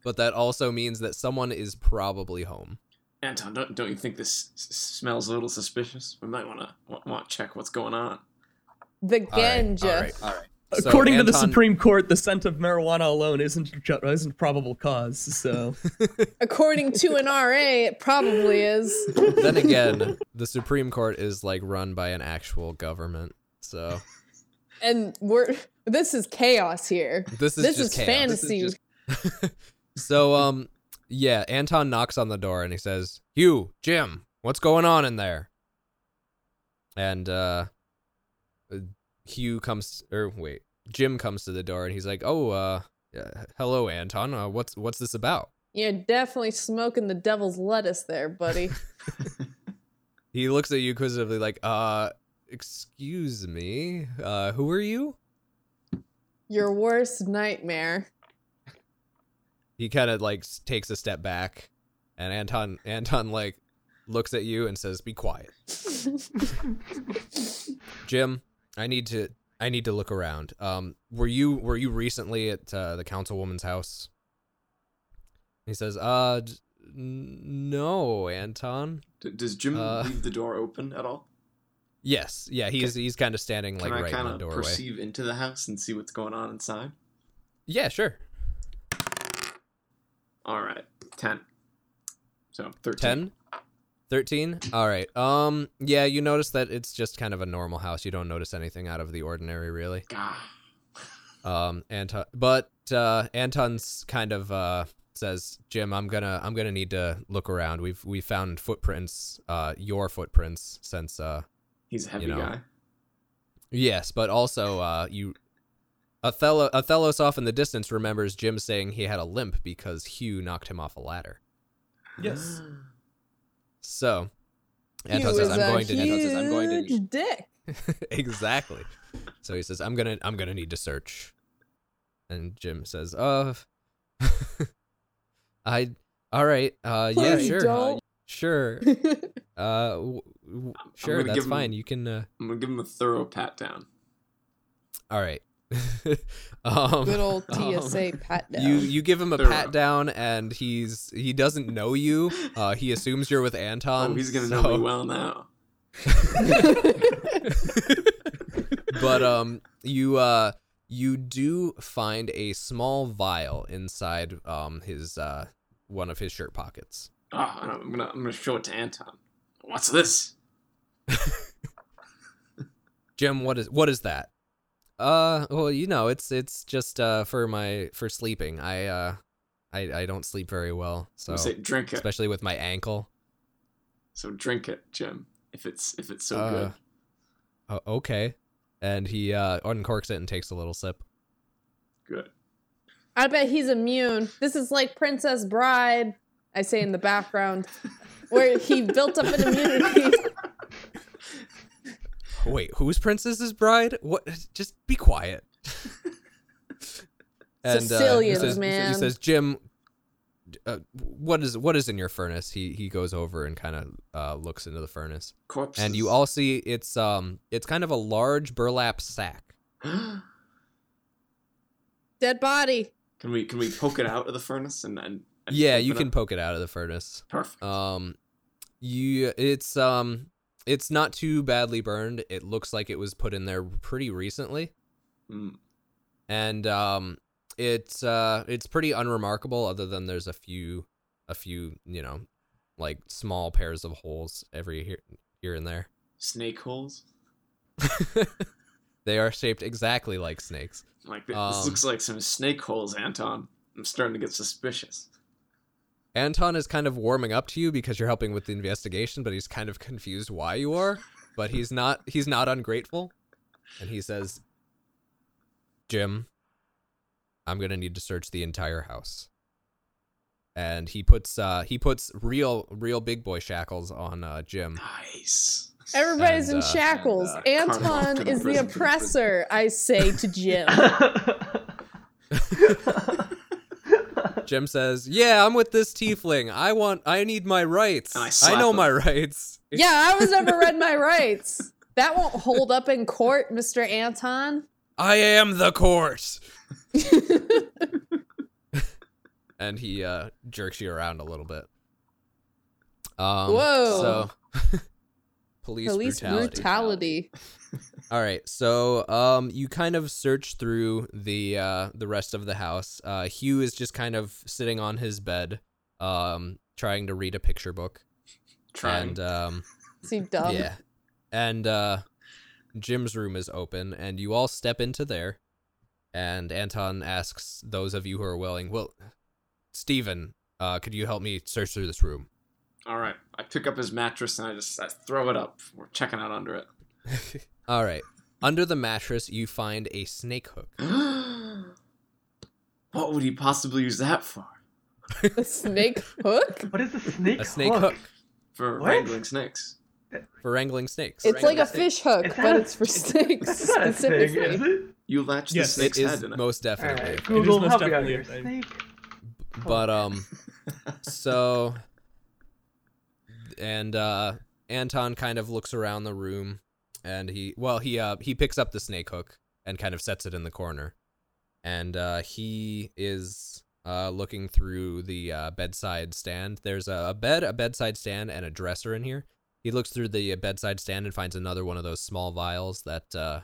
but that also means that someone is probably home.
Anton, don't, don't you think this s- s- smells a little suspicious? We might want to want check what's going on.
The
All right,
Genja.
All right. All right.
*laughs*
So,
According to the
Anton-
Supreme Court, the scent of marijuana alone isn't ju- isn't probable cause.
*laughs*
So
According to an RA, it probably is.
*laughs*
then again, the Supreme Court is like run by an actual government. So
And we're this is chaos here.
this is
This
just
is
chaos.
fantasy. See.
*laughs* So um yeah, Anton knocks on the door and he says, "Hugh, Jim, what's going on in there?" And uh Hugh comes or wait, Jim comes to the door and he's like, "Oh, uh yeah, hello Anton. Uh, what's what's this about?"
You're definitely smoking the devil's lettuce there, buddy.
He looks at you inquisitively like, "Uh, excuse me. Uh who are you?"
Your worst nightmare.
he kind of like s- takes a step back and anton anton like looks at you and says be
*laughs*
quiet jim i need to i need to look around um were you were you recently at uh, the councilwoman's house he says uh d- n- no anton
D- does Jim
Uh,
leave the door open at all?
yes yeah he's he's kind of standing like
Can I
right in
kind
the
of
doorway
perceive into the house and see what's going on inside?
yeah sure
All right, 10. So 13.
10 13 all right um yeah you notice that it's just kind of a normal house you don't notice anything out of the ordinary really
Gah.
um anton but uh anton's kind of uh says jim i'm gonna i'm gonna need to look around we've we found footprints uh your footprints since uh
He's a heavy
know.
guy.
yes but also uh you othello othello's off in the distance remembers jim saying he had a limp because hugh knocked him off a ladder
yes,
so
He
anton says
was
i'm
a
going to
Anton says, "I'm going to-
huge
*laughs*
dick.
exactly. So he says, "I'm gonna, I'm gonna need to search," and Jim says, "Uh, *laughs* I, all right, uh, yeah,
Please
sure,
don't.
Sure. Uh, w- w- sure.
gonna give
That's
him-
fine. You can. Uh,
I'm gonna give him a thorough pat down.
all right. *laughs* um,
Good old TSA pat down.
*laughs* You you give him a
Thorough.
pat down, and he's he doesn't know you. Uh, he assumes you're with Anton.
Oh, he's gonna know
so-
me well now.
*laughs* but um, you uh, you do find a small vial inside um his uh one of his shirt pockets.
Ah, and I'm gonna I'm gonna show it to Anton. What's this?
Jim, what is what is that? Uh, well, you know, it's it's just uh for my for sleeping. I uh, I I don't sleep very well,
I'm
so
gonna say drink it.
especially with my ankle.
So drink it, Jim. If it's if it's so
Uh,
good.
O- okay, and he uh uncorks it and takes a little sip.
Good.
I bet he's immune. This is like Princess Bride, I say in the background, where he built up an immunity.
Wait, who's Princess's Bride? What? Just be quiet. uh,
Sicilians,
he says, He
man.
says, Jim, uh, what is what is in your furnace? He he goes over and kind of uh, looks into the furnace,
Corpse.
and you all see it's um it's kind of a large burlap sack.
Can
Dead body.
we *gasps* can we poke it out of the furnace and and, and
Yeah,
open
you
it
can
up?
poke it out of the furnace.
Perfect.
Um, you it's um it's not too badly burned. It looks like it was put in there pretty recently.
Mm.
and um it's uh it's pretty unremarkable other than there's a few a few you know like small pairs of holes every here, here and there
Snake holes.
they are shaped exactly like snakes
Like this
Um,
looks like some snake holes, Anton. I'm starting to get suspicious.
anton is kind of warming up to you because you're helping with the investigation but he's kind of confused why you are but he's not he's not ungrateful and he says jim i'm gonna need to search the entire house and he puts uh he puts real real big boy shackles on uh
*laughs*
jim
Nice.
Everybody's
And,
in
uh,
shackles.
and,
*laughs*
uh, Karloff to
Anton
the
is the
prison.
oppressor, I say to Jim.
jim says yeah i'm with this tiefling i want i need my rights
And I
i,
slap
know
him.
my rights
yeah, I was never read my rights. That won't hold up in court, Mr. Anton.
i am
*laughs*
the court and he uh jerks you around a little bit um
Whoa.
so *laughs* police,
Police brutality.
brutality. All right, so um, you kind of search through the uh, the rest of the house. Uh, Hugh is just kind of sitting on his bed, um, trying to read a picture book,
Trying.
and um,
Is he dumb?
yeah, and uh, Jim's room is open, and you all step into there, and Anton asks those of you who are willing, well, Stephen, uh, could you help me search through this room?
All right. I pick up his mattress and I just I throw it up. We're checking out *gasps* under it.
All right, under the mattress you find a snake hook.
what would he possibly use that for?
The snake hook?
*laughs*
what is a snake?
A snake
hook?
hook.
For
What?
wrangling snakes.
for wrangling snakes.
It's like a
Strangled.
fish hook,
Is that
but
a-
it's for *laughs* snakes
That's not a thing, is
specifically.
it?
You latch
Yes,
the
It
snake's
is
head in it.
most
All
definitely.
right, Google,
most
help me out
definitely a
here.
thing.
Snake.
But um so and uh Anton kind of looks around the room and he well he uh he picks up the snake hook and kind of sets it in the corner. And uh he is uh looking through the uh bedside stand. There's a, a bed, a bedside stand and a dresser in here. He looks through the uh, bedside stand and finds another one of those small vials that uh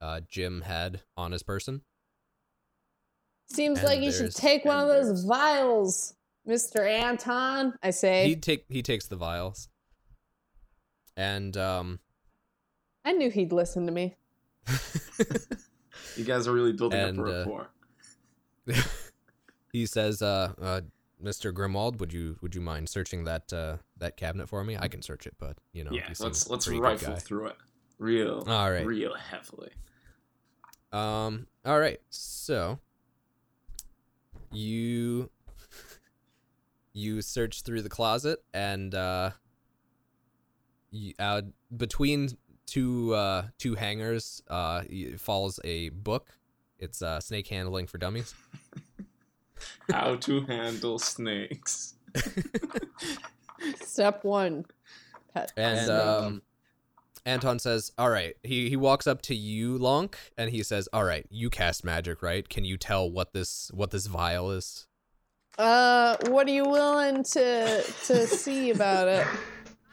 uh Jim had on his person.
Seems
And
like you should
there's-
take one of
and
those vials, Mr. Anton. I say.
he take he takes the vials and um
I knew he'd listen to me. *laughs*
You guys are really building
And,
up a
uh,
rapport.
he says uh, uh mr grimald would you would you mind searching that uh that cabinet for me i can search it but you know
yeah,
you seem
let's
a
let's
pretty good
rifle
guy.
through it. Real
all right
real heavily.
um all right so you *laughs* you search through the closet and uh you, uh between two uh two hangers uh y- falls a book it's uh snake handling for dummies
How to handle snakes.
Step one. Pet.
And um, Anton says, "All right." He he walks up to you, Lonk, and he says, "All right, you cast magic, right? Can you tell what this what this vial is?"
Uh, what are you willing to to see about it?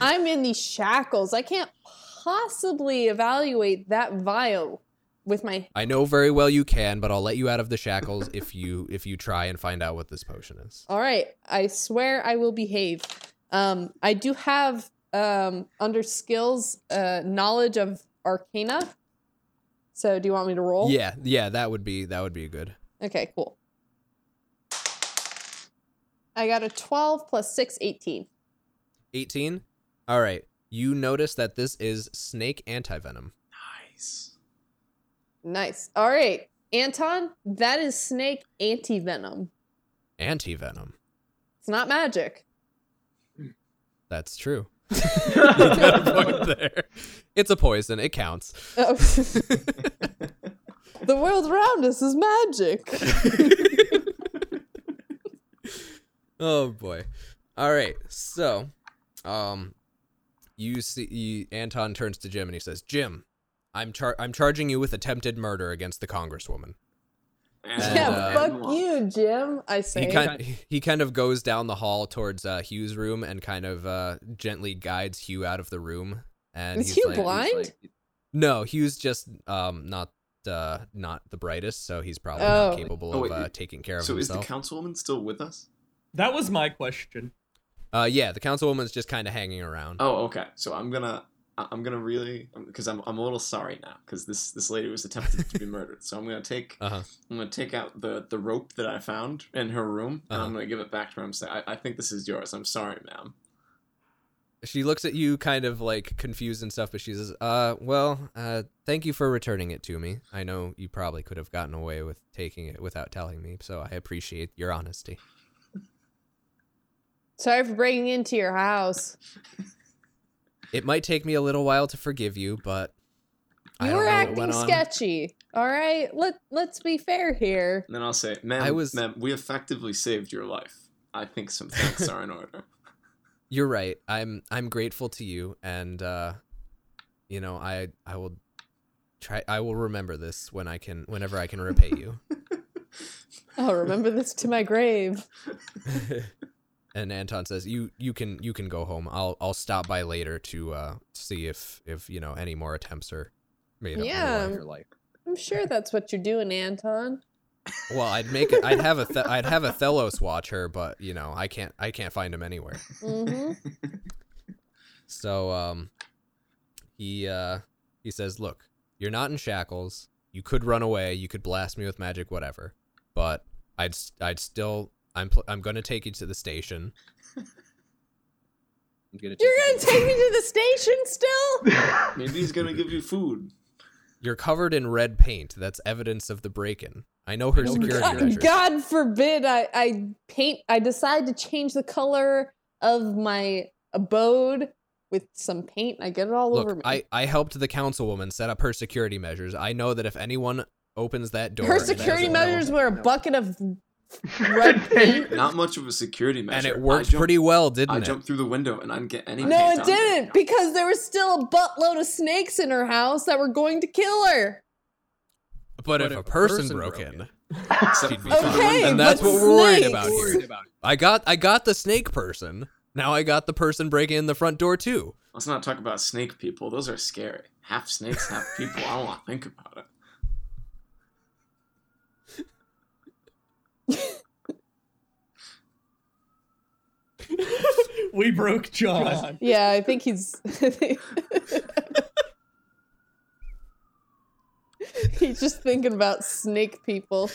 I'm in these shackles. I can't possibly evaluate that vial with my.
I know very well you can, but I'll let you out of the shackles if you if you try and find out what this potion is.
All right, I swear I will behave. Um, I do have um under skills uh knowledge of arcana. So do you want me to roll?
Yeah, yeah, that would be that would be good.
Okay, cool. I got a 12 plus 6, 18.
18. All right. You notice that this is snake antivenom.
Nice.
Nice. All right. Anton, that is snake antivenom.
Antivenom.
It's not magic. *laughs*
That's true. You got a point there. It's a poison. It counts. *laughs*
Oh. the world around us is
*laughs*
magic.
oh boy. All right. So, um, you see, you, Anton turns to Jim and he says, "Jim, I'm char- I'm charging you with attempted murder against the congresswoman."
And,
yeah,
uh,
fuck you, Jim. I say.
He kind he kind of goes down the hall towards uh, Hugh's room and kind of uh, gently guides Hugh out of the room. And
Is
he's
Hugh
like-
blind?
No, Hugh's just um not uh not the brightest, so he's probably
Oh.
not capable
Oh,
of
wait,
uh,
it-
taking care of
So is the
himself.
councilwoman still with us?
That was my question.
uh, yeah, the councilwoman's just kind of hanging around.
Oh, okay. So I'm gonna, I- I'm gonna really, because I'm, I'm a little sorry now, because this, this lady was
*laughs*
attempted to be murdered. So I'm gonna take,
Uh-huh.
I'm gonna take out the, the rope that I found in her room, and
Uh-huh.
I'm gonna give it back to her. and say, I, I think this is yours. I'm sorry, ma'am.
She looks at you kind of like confused and stuff, but she says, "Uh, well, uh, thank you for returning it to me. I know you probably could have gotten away with taking it without telling me, so I appreciate your honesty."
Sorry for breaking into your house.
It might take me a little while to forgive you, but I
You
don't
were
know what
acting
went on.
sketchy. All right, let let's be fair here.
And then I'll say, ma'am,
I was-
ma'am, we effectively saved your life. I think some thanks
*laughs*
are in order.
You're right. I'm I'm grateful to you, and uh, you know I I will try. I will remember this when I can, whenever I can repay
*laughs*
you.
I'll remember this to my grave.
and Anton says, "You you can you can go home. I'll I'll stop by later to uh, see if if you know any more attempts are made. up on
Yeah.
your life."
Your life.
I'm sure that's what you're doing, Anton.
Well, I'd make it. I'd have a th- I'd have a Thelos watch her, but you know I can't I can't find him anywhere. *laughs*
Mm-hmm.
So um he uh he says, "Look, you're not in shackles. You could run away, you could blast me with magic whatever, but I'd s- I'd still I'm pl- I'm going to take you to the station.
I'm gonna
You're
take
gonna take me to the station still?
*laughs*
*laughs*
Maybe he's gonna give
*laughs*
you food.
You're covered in red paint. That's evidence of the break-in. I know her
I know her
security
security
God,
measures.
God forbid I, I paint I decide to change the color of my abode with some paint. I get it all over
Look,
me.
I I helped the councilwoman set up her security measures. I know that if anyone opens that door,
Her
and
security
doesn't know-
measures were a bucket of
Red paint.
Not much of a security measure.
and it
I
worked
jumped-
pretty well, didn't
I
it?
jumped through the window and I didn't get any.
No,
paint
it
on me.
didn't because there was still a buttload of snakes in her house that were going to kill her.
But, if, a person, broke, in,
Except for the
Okay,
window.
And that's
but
what we're worried
snakes.
about
you.
here.
Worried about it.
I got I got the snake person. Now I got the person breaking in the front door too.
Let's not talk about snake people. Those are scary. Half snakes, half people. I don't want to think about it.
We broke John.
Yeah, I think he's. *laughs* he's just thinking about snake people.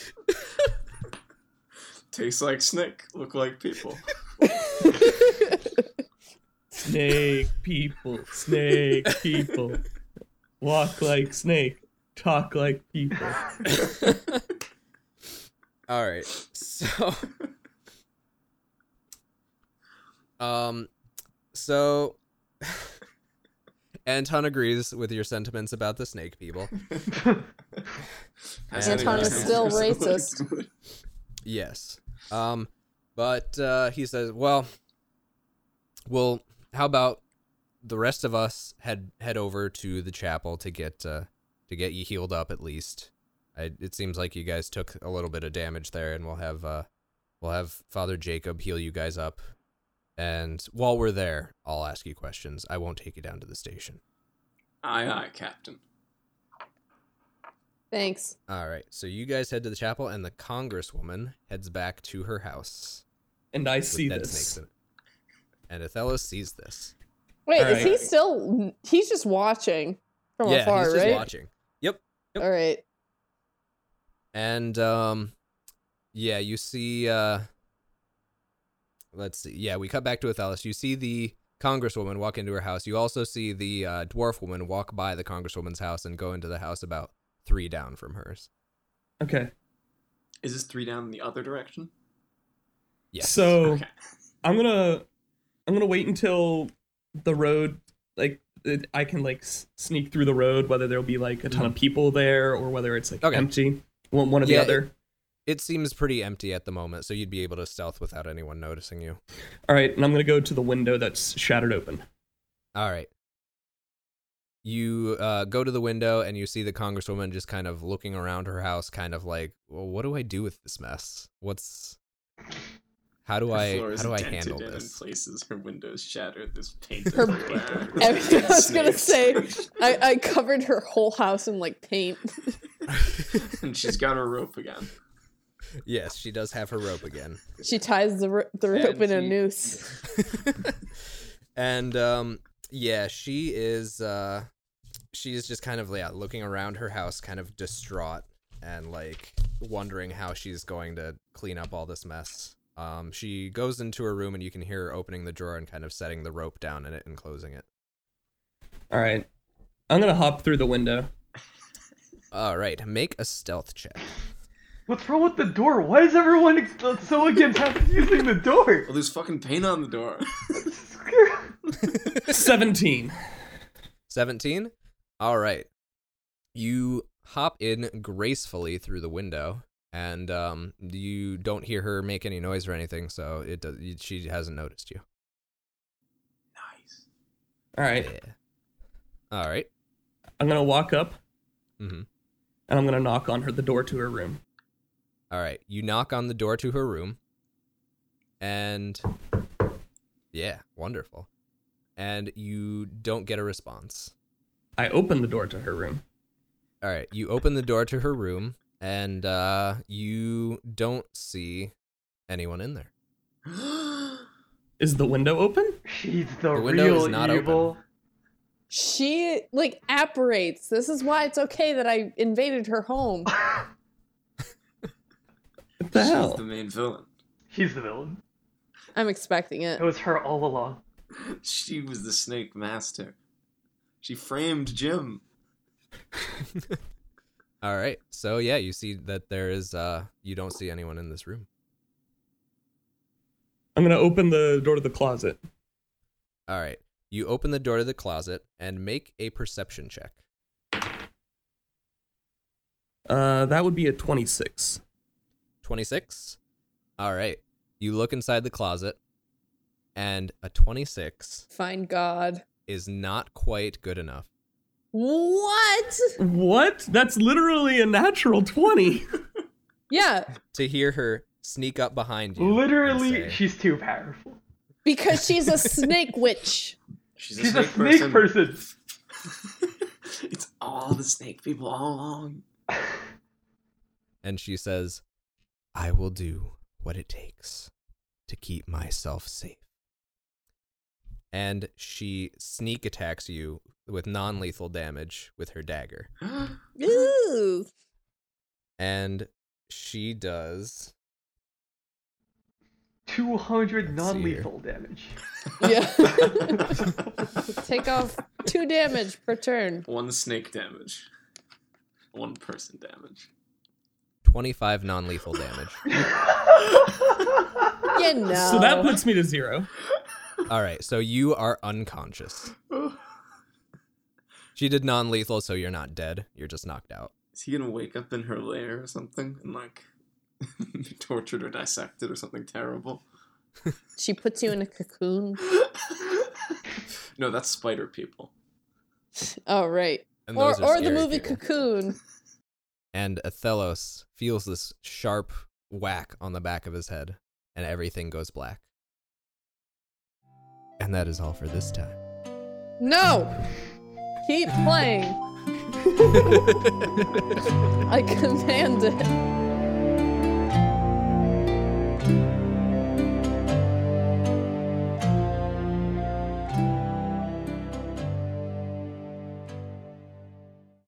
*laughs*
Tastes like snake, look like
*laughs*
people.
Snake people,
*laughs*
snake people. Walk like snake, talk like
*laughs*
people.
All right. So *laughs* um so *laughs* Anton agrees with your sentiments about the snake people.
Has
Anton
anyone
is
seen *laughs*
still
this?
racist.
Yes. Um, but uh, he says, well, we'll how about the rest of us head head over to the chapel to get uh, to get you healed up at least. I, it seems like you guys took a little bit of damage there, and we'll have uh, we'll have Father Jacob heal you guys up. And while we're there, I'll ask you questions. I won't take you down to the station.
Aye, aye, Captain.
Thanks.
All right. So you guys head to the chapel, and the congresswoman heads back to her house.
And I
with
see
dead
this.
snakes in it. And Othello sees this.
Wait,
All
is
right.
he still? He's just watching from
yeah,
afar,
he's just
right?
watching. Yep. Yep.
All right.
And um yeah, you see uh let's see. Yeah, we cut back to Athalis. You see the congresswoman walk into her house. You also see the uh, dwarf woman walk by the congresswoman's house and go into the house about 3 down from hers.
Okay.
Is this three down in the other direction?
Yes.
So
Okay.
I'm gonna I'm gonna wait until the road like it, I can like s- sneak through the road whether there'll be like a ton of people there or whether it's like
Mm-hmm. Okay.
empty one one or
Yeah,
the other.
it seems pretty empty at the moment, so you'd be able to stealth without anyone noticing you.
All right, and I'm gonna go to the window that's shattered open.
All right. You uh, go to the window and you see the congresswoman just kind of looking around her house, kind of like, well, what do I do with this mess? What's how do
Her
I
floor
how
is
do I
dented
handle
in
this?
places. Her windows shattered. There's paint
Her- *laughs*
everywhere.
I was gonna
Snakes.
say- I, I covered her whole house in like paint. *laughs*
*laughs* and she's got her rope again.
Yes, she does have her rope again.
She ties the, ro- the rope in a
Fancy.
noose.
*laughs* and um yeah, she is uh she is just kind of yeah, looking around her house kind of distraught and like wondering how she's going to clean up all this mess. Um she goes into her room and you can hear her opening the drawer and kind of setting the rope down in it and closing it.
All right, I'm gonna hop through the
*laughs*
window.
All right, make a stealth check.
What's wrong with the door? Why is everyone ex- uh, so against us using the door? *laughs*
Well, there's fucking paint on the door. *gasps*
Seventeen.
17 all right you hop in gracefully through the window and um you don't hear her make any noise or anything so it does you- she hasn't noticed you
nice.
All right,
all right
I'm gonna walk up
mm-hmm.
and I'm gonna knock on her the door to her room.
all right you knock on the door to her room and yeah wonderful and you don't get a response
I open the door to her room.
All right, you open the door to her room and uh you don't see anyone in there.
Is the window open?
She's the,
The window
real
is not open.
evil.
She like apparates. This is why it's okay that I invaded her home.
What the hell?
She's the main villain.
She's the villain.
I'm expecting it.
It was her all along.
She was the snake master. She framed Jim.
All right. So yeah, you see that there is uh you don't see anyone in this room.
I'm gonna open the door to the closet.
All right. You open the door to the closet and make a perception check.
Uh, that would be a twenty-six.
26. All right. You look inside the closet and a 26
Find God.
is not quite good enough.
What?
What? That's literally a natural 20.
Yeah,
To hear her sneak up behind you. and
Literally,
say-
she's too powerful.
because she's
*laughs*
a snake witch.
She's a snake person.
*laughs* it's all the snake people all along.
and she says, I will do what it takes to keep myself safe. And she sneak attacks you with non lethal damage with her dagger.
Ooh.
And she does.
200
Let's see here.
non-lethal damage.
Yeah. *laughs* Take off two damage per turn.
*laughs* One snake damage. One person *sighs* damage.
25 non
*laughs*
lethal damage. *laughs*
*laughs*
You
*laughs*
know.
So that puts me to zero.
All right, so you are unconscious. She did non lethal, so you're not dead. You're just knocked out.
Is he gonna wake up in her lair or something and like *laughs* be tortured or *laughs* dissected or something terrible?
she puts you in a cocoon.
No, that's spider people.
Oh, right.
And
Or,
those are
or the
scary
movie
people.
Cocoon.
And Athelos feels this sharp whack on the back of his head, and everything goes black. And that is all for this time.
No!
*laughs*
*laughs* Keep playing. I command it.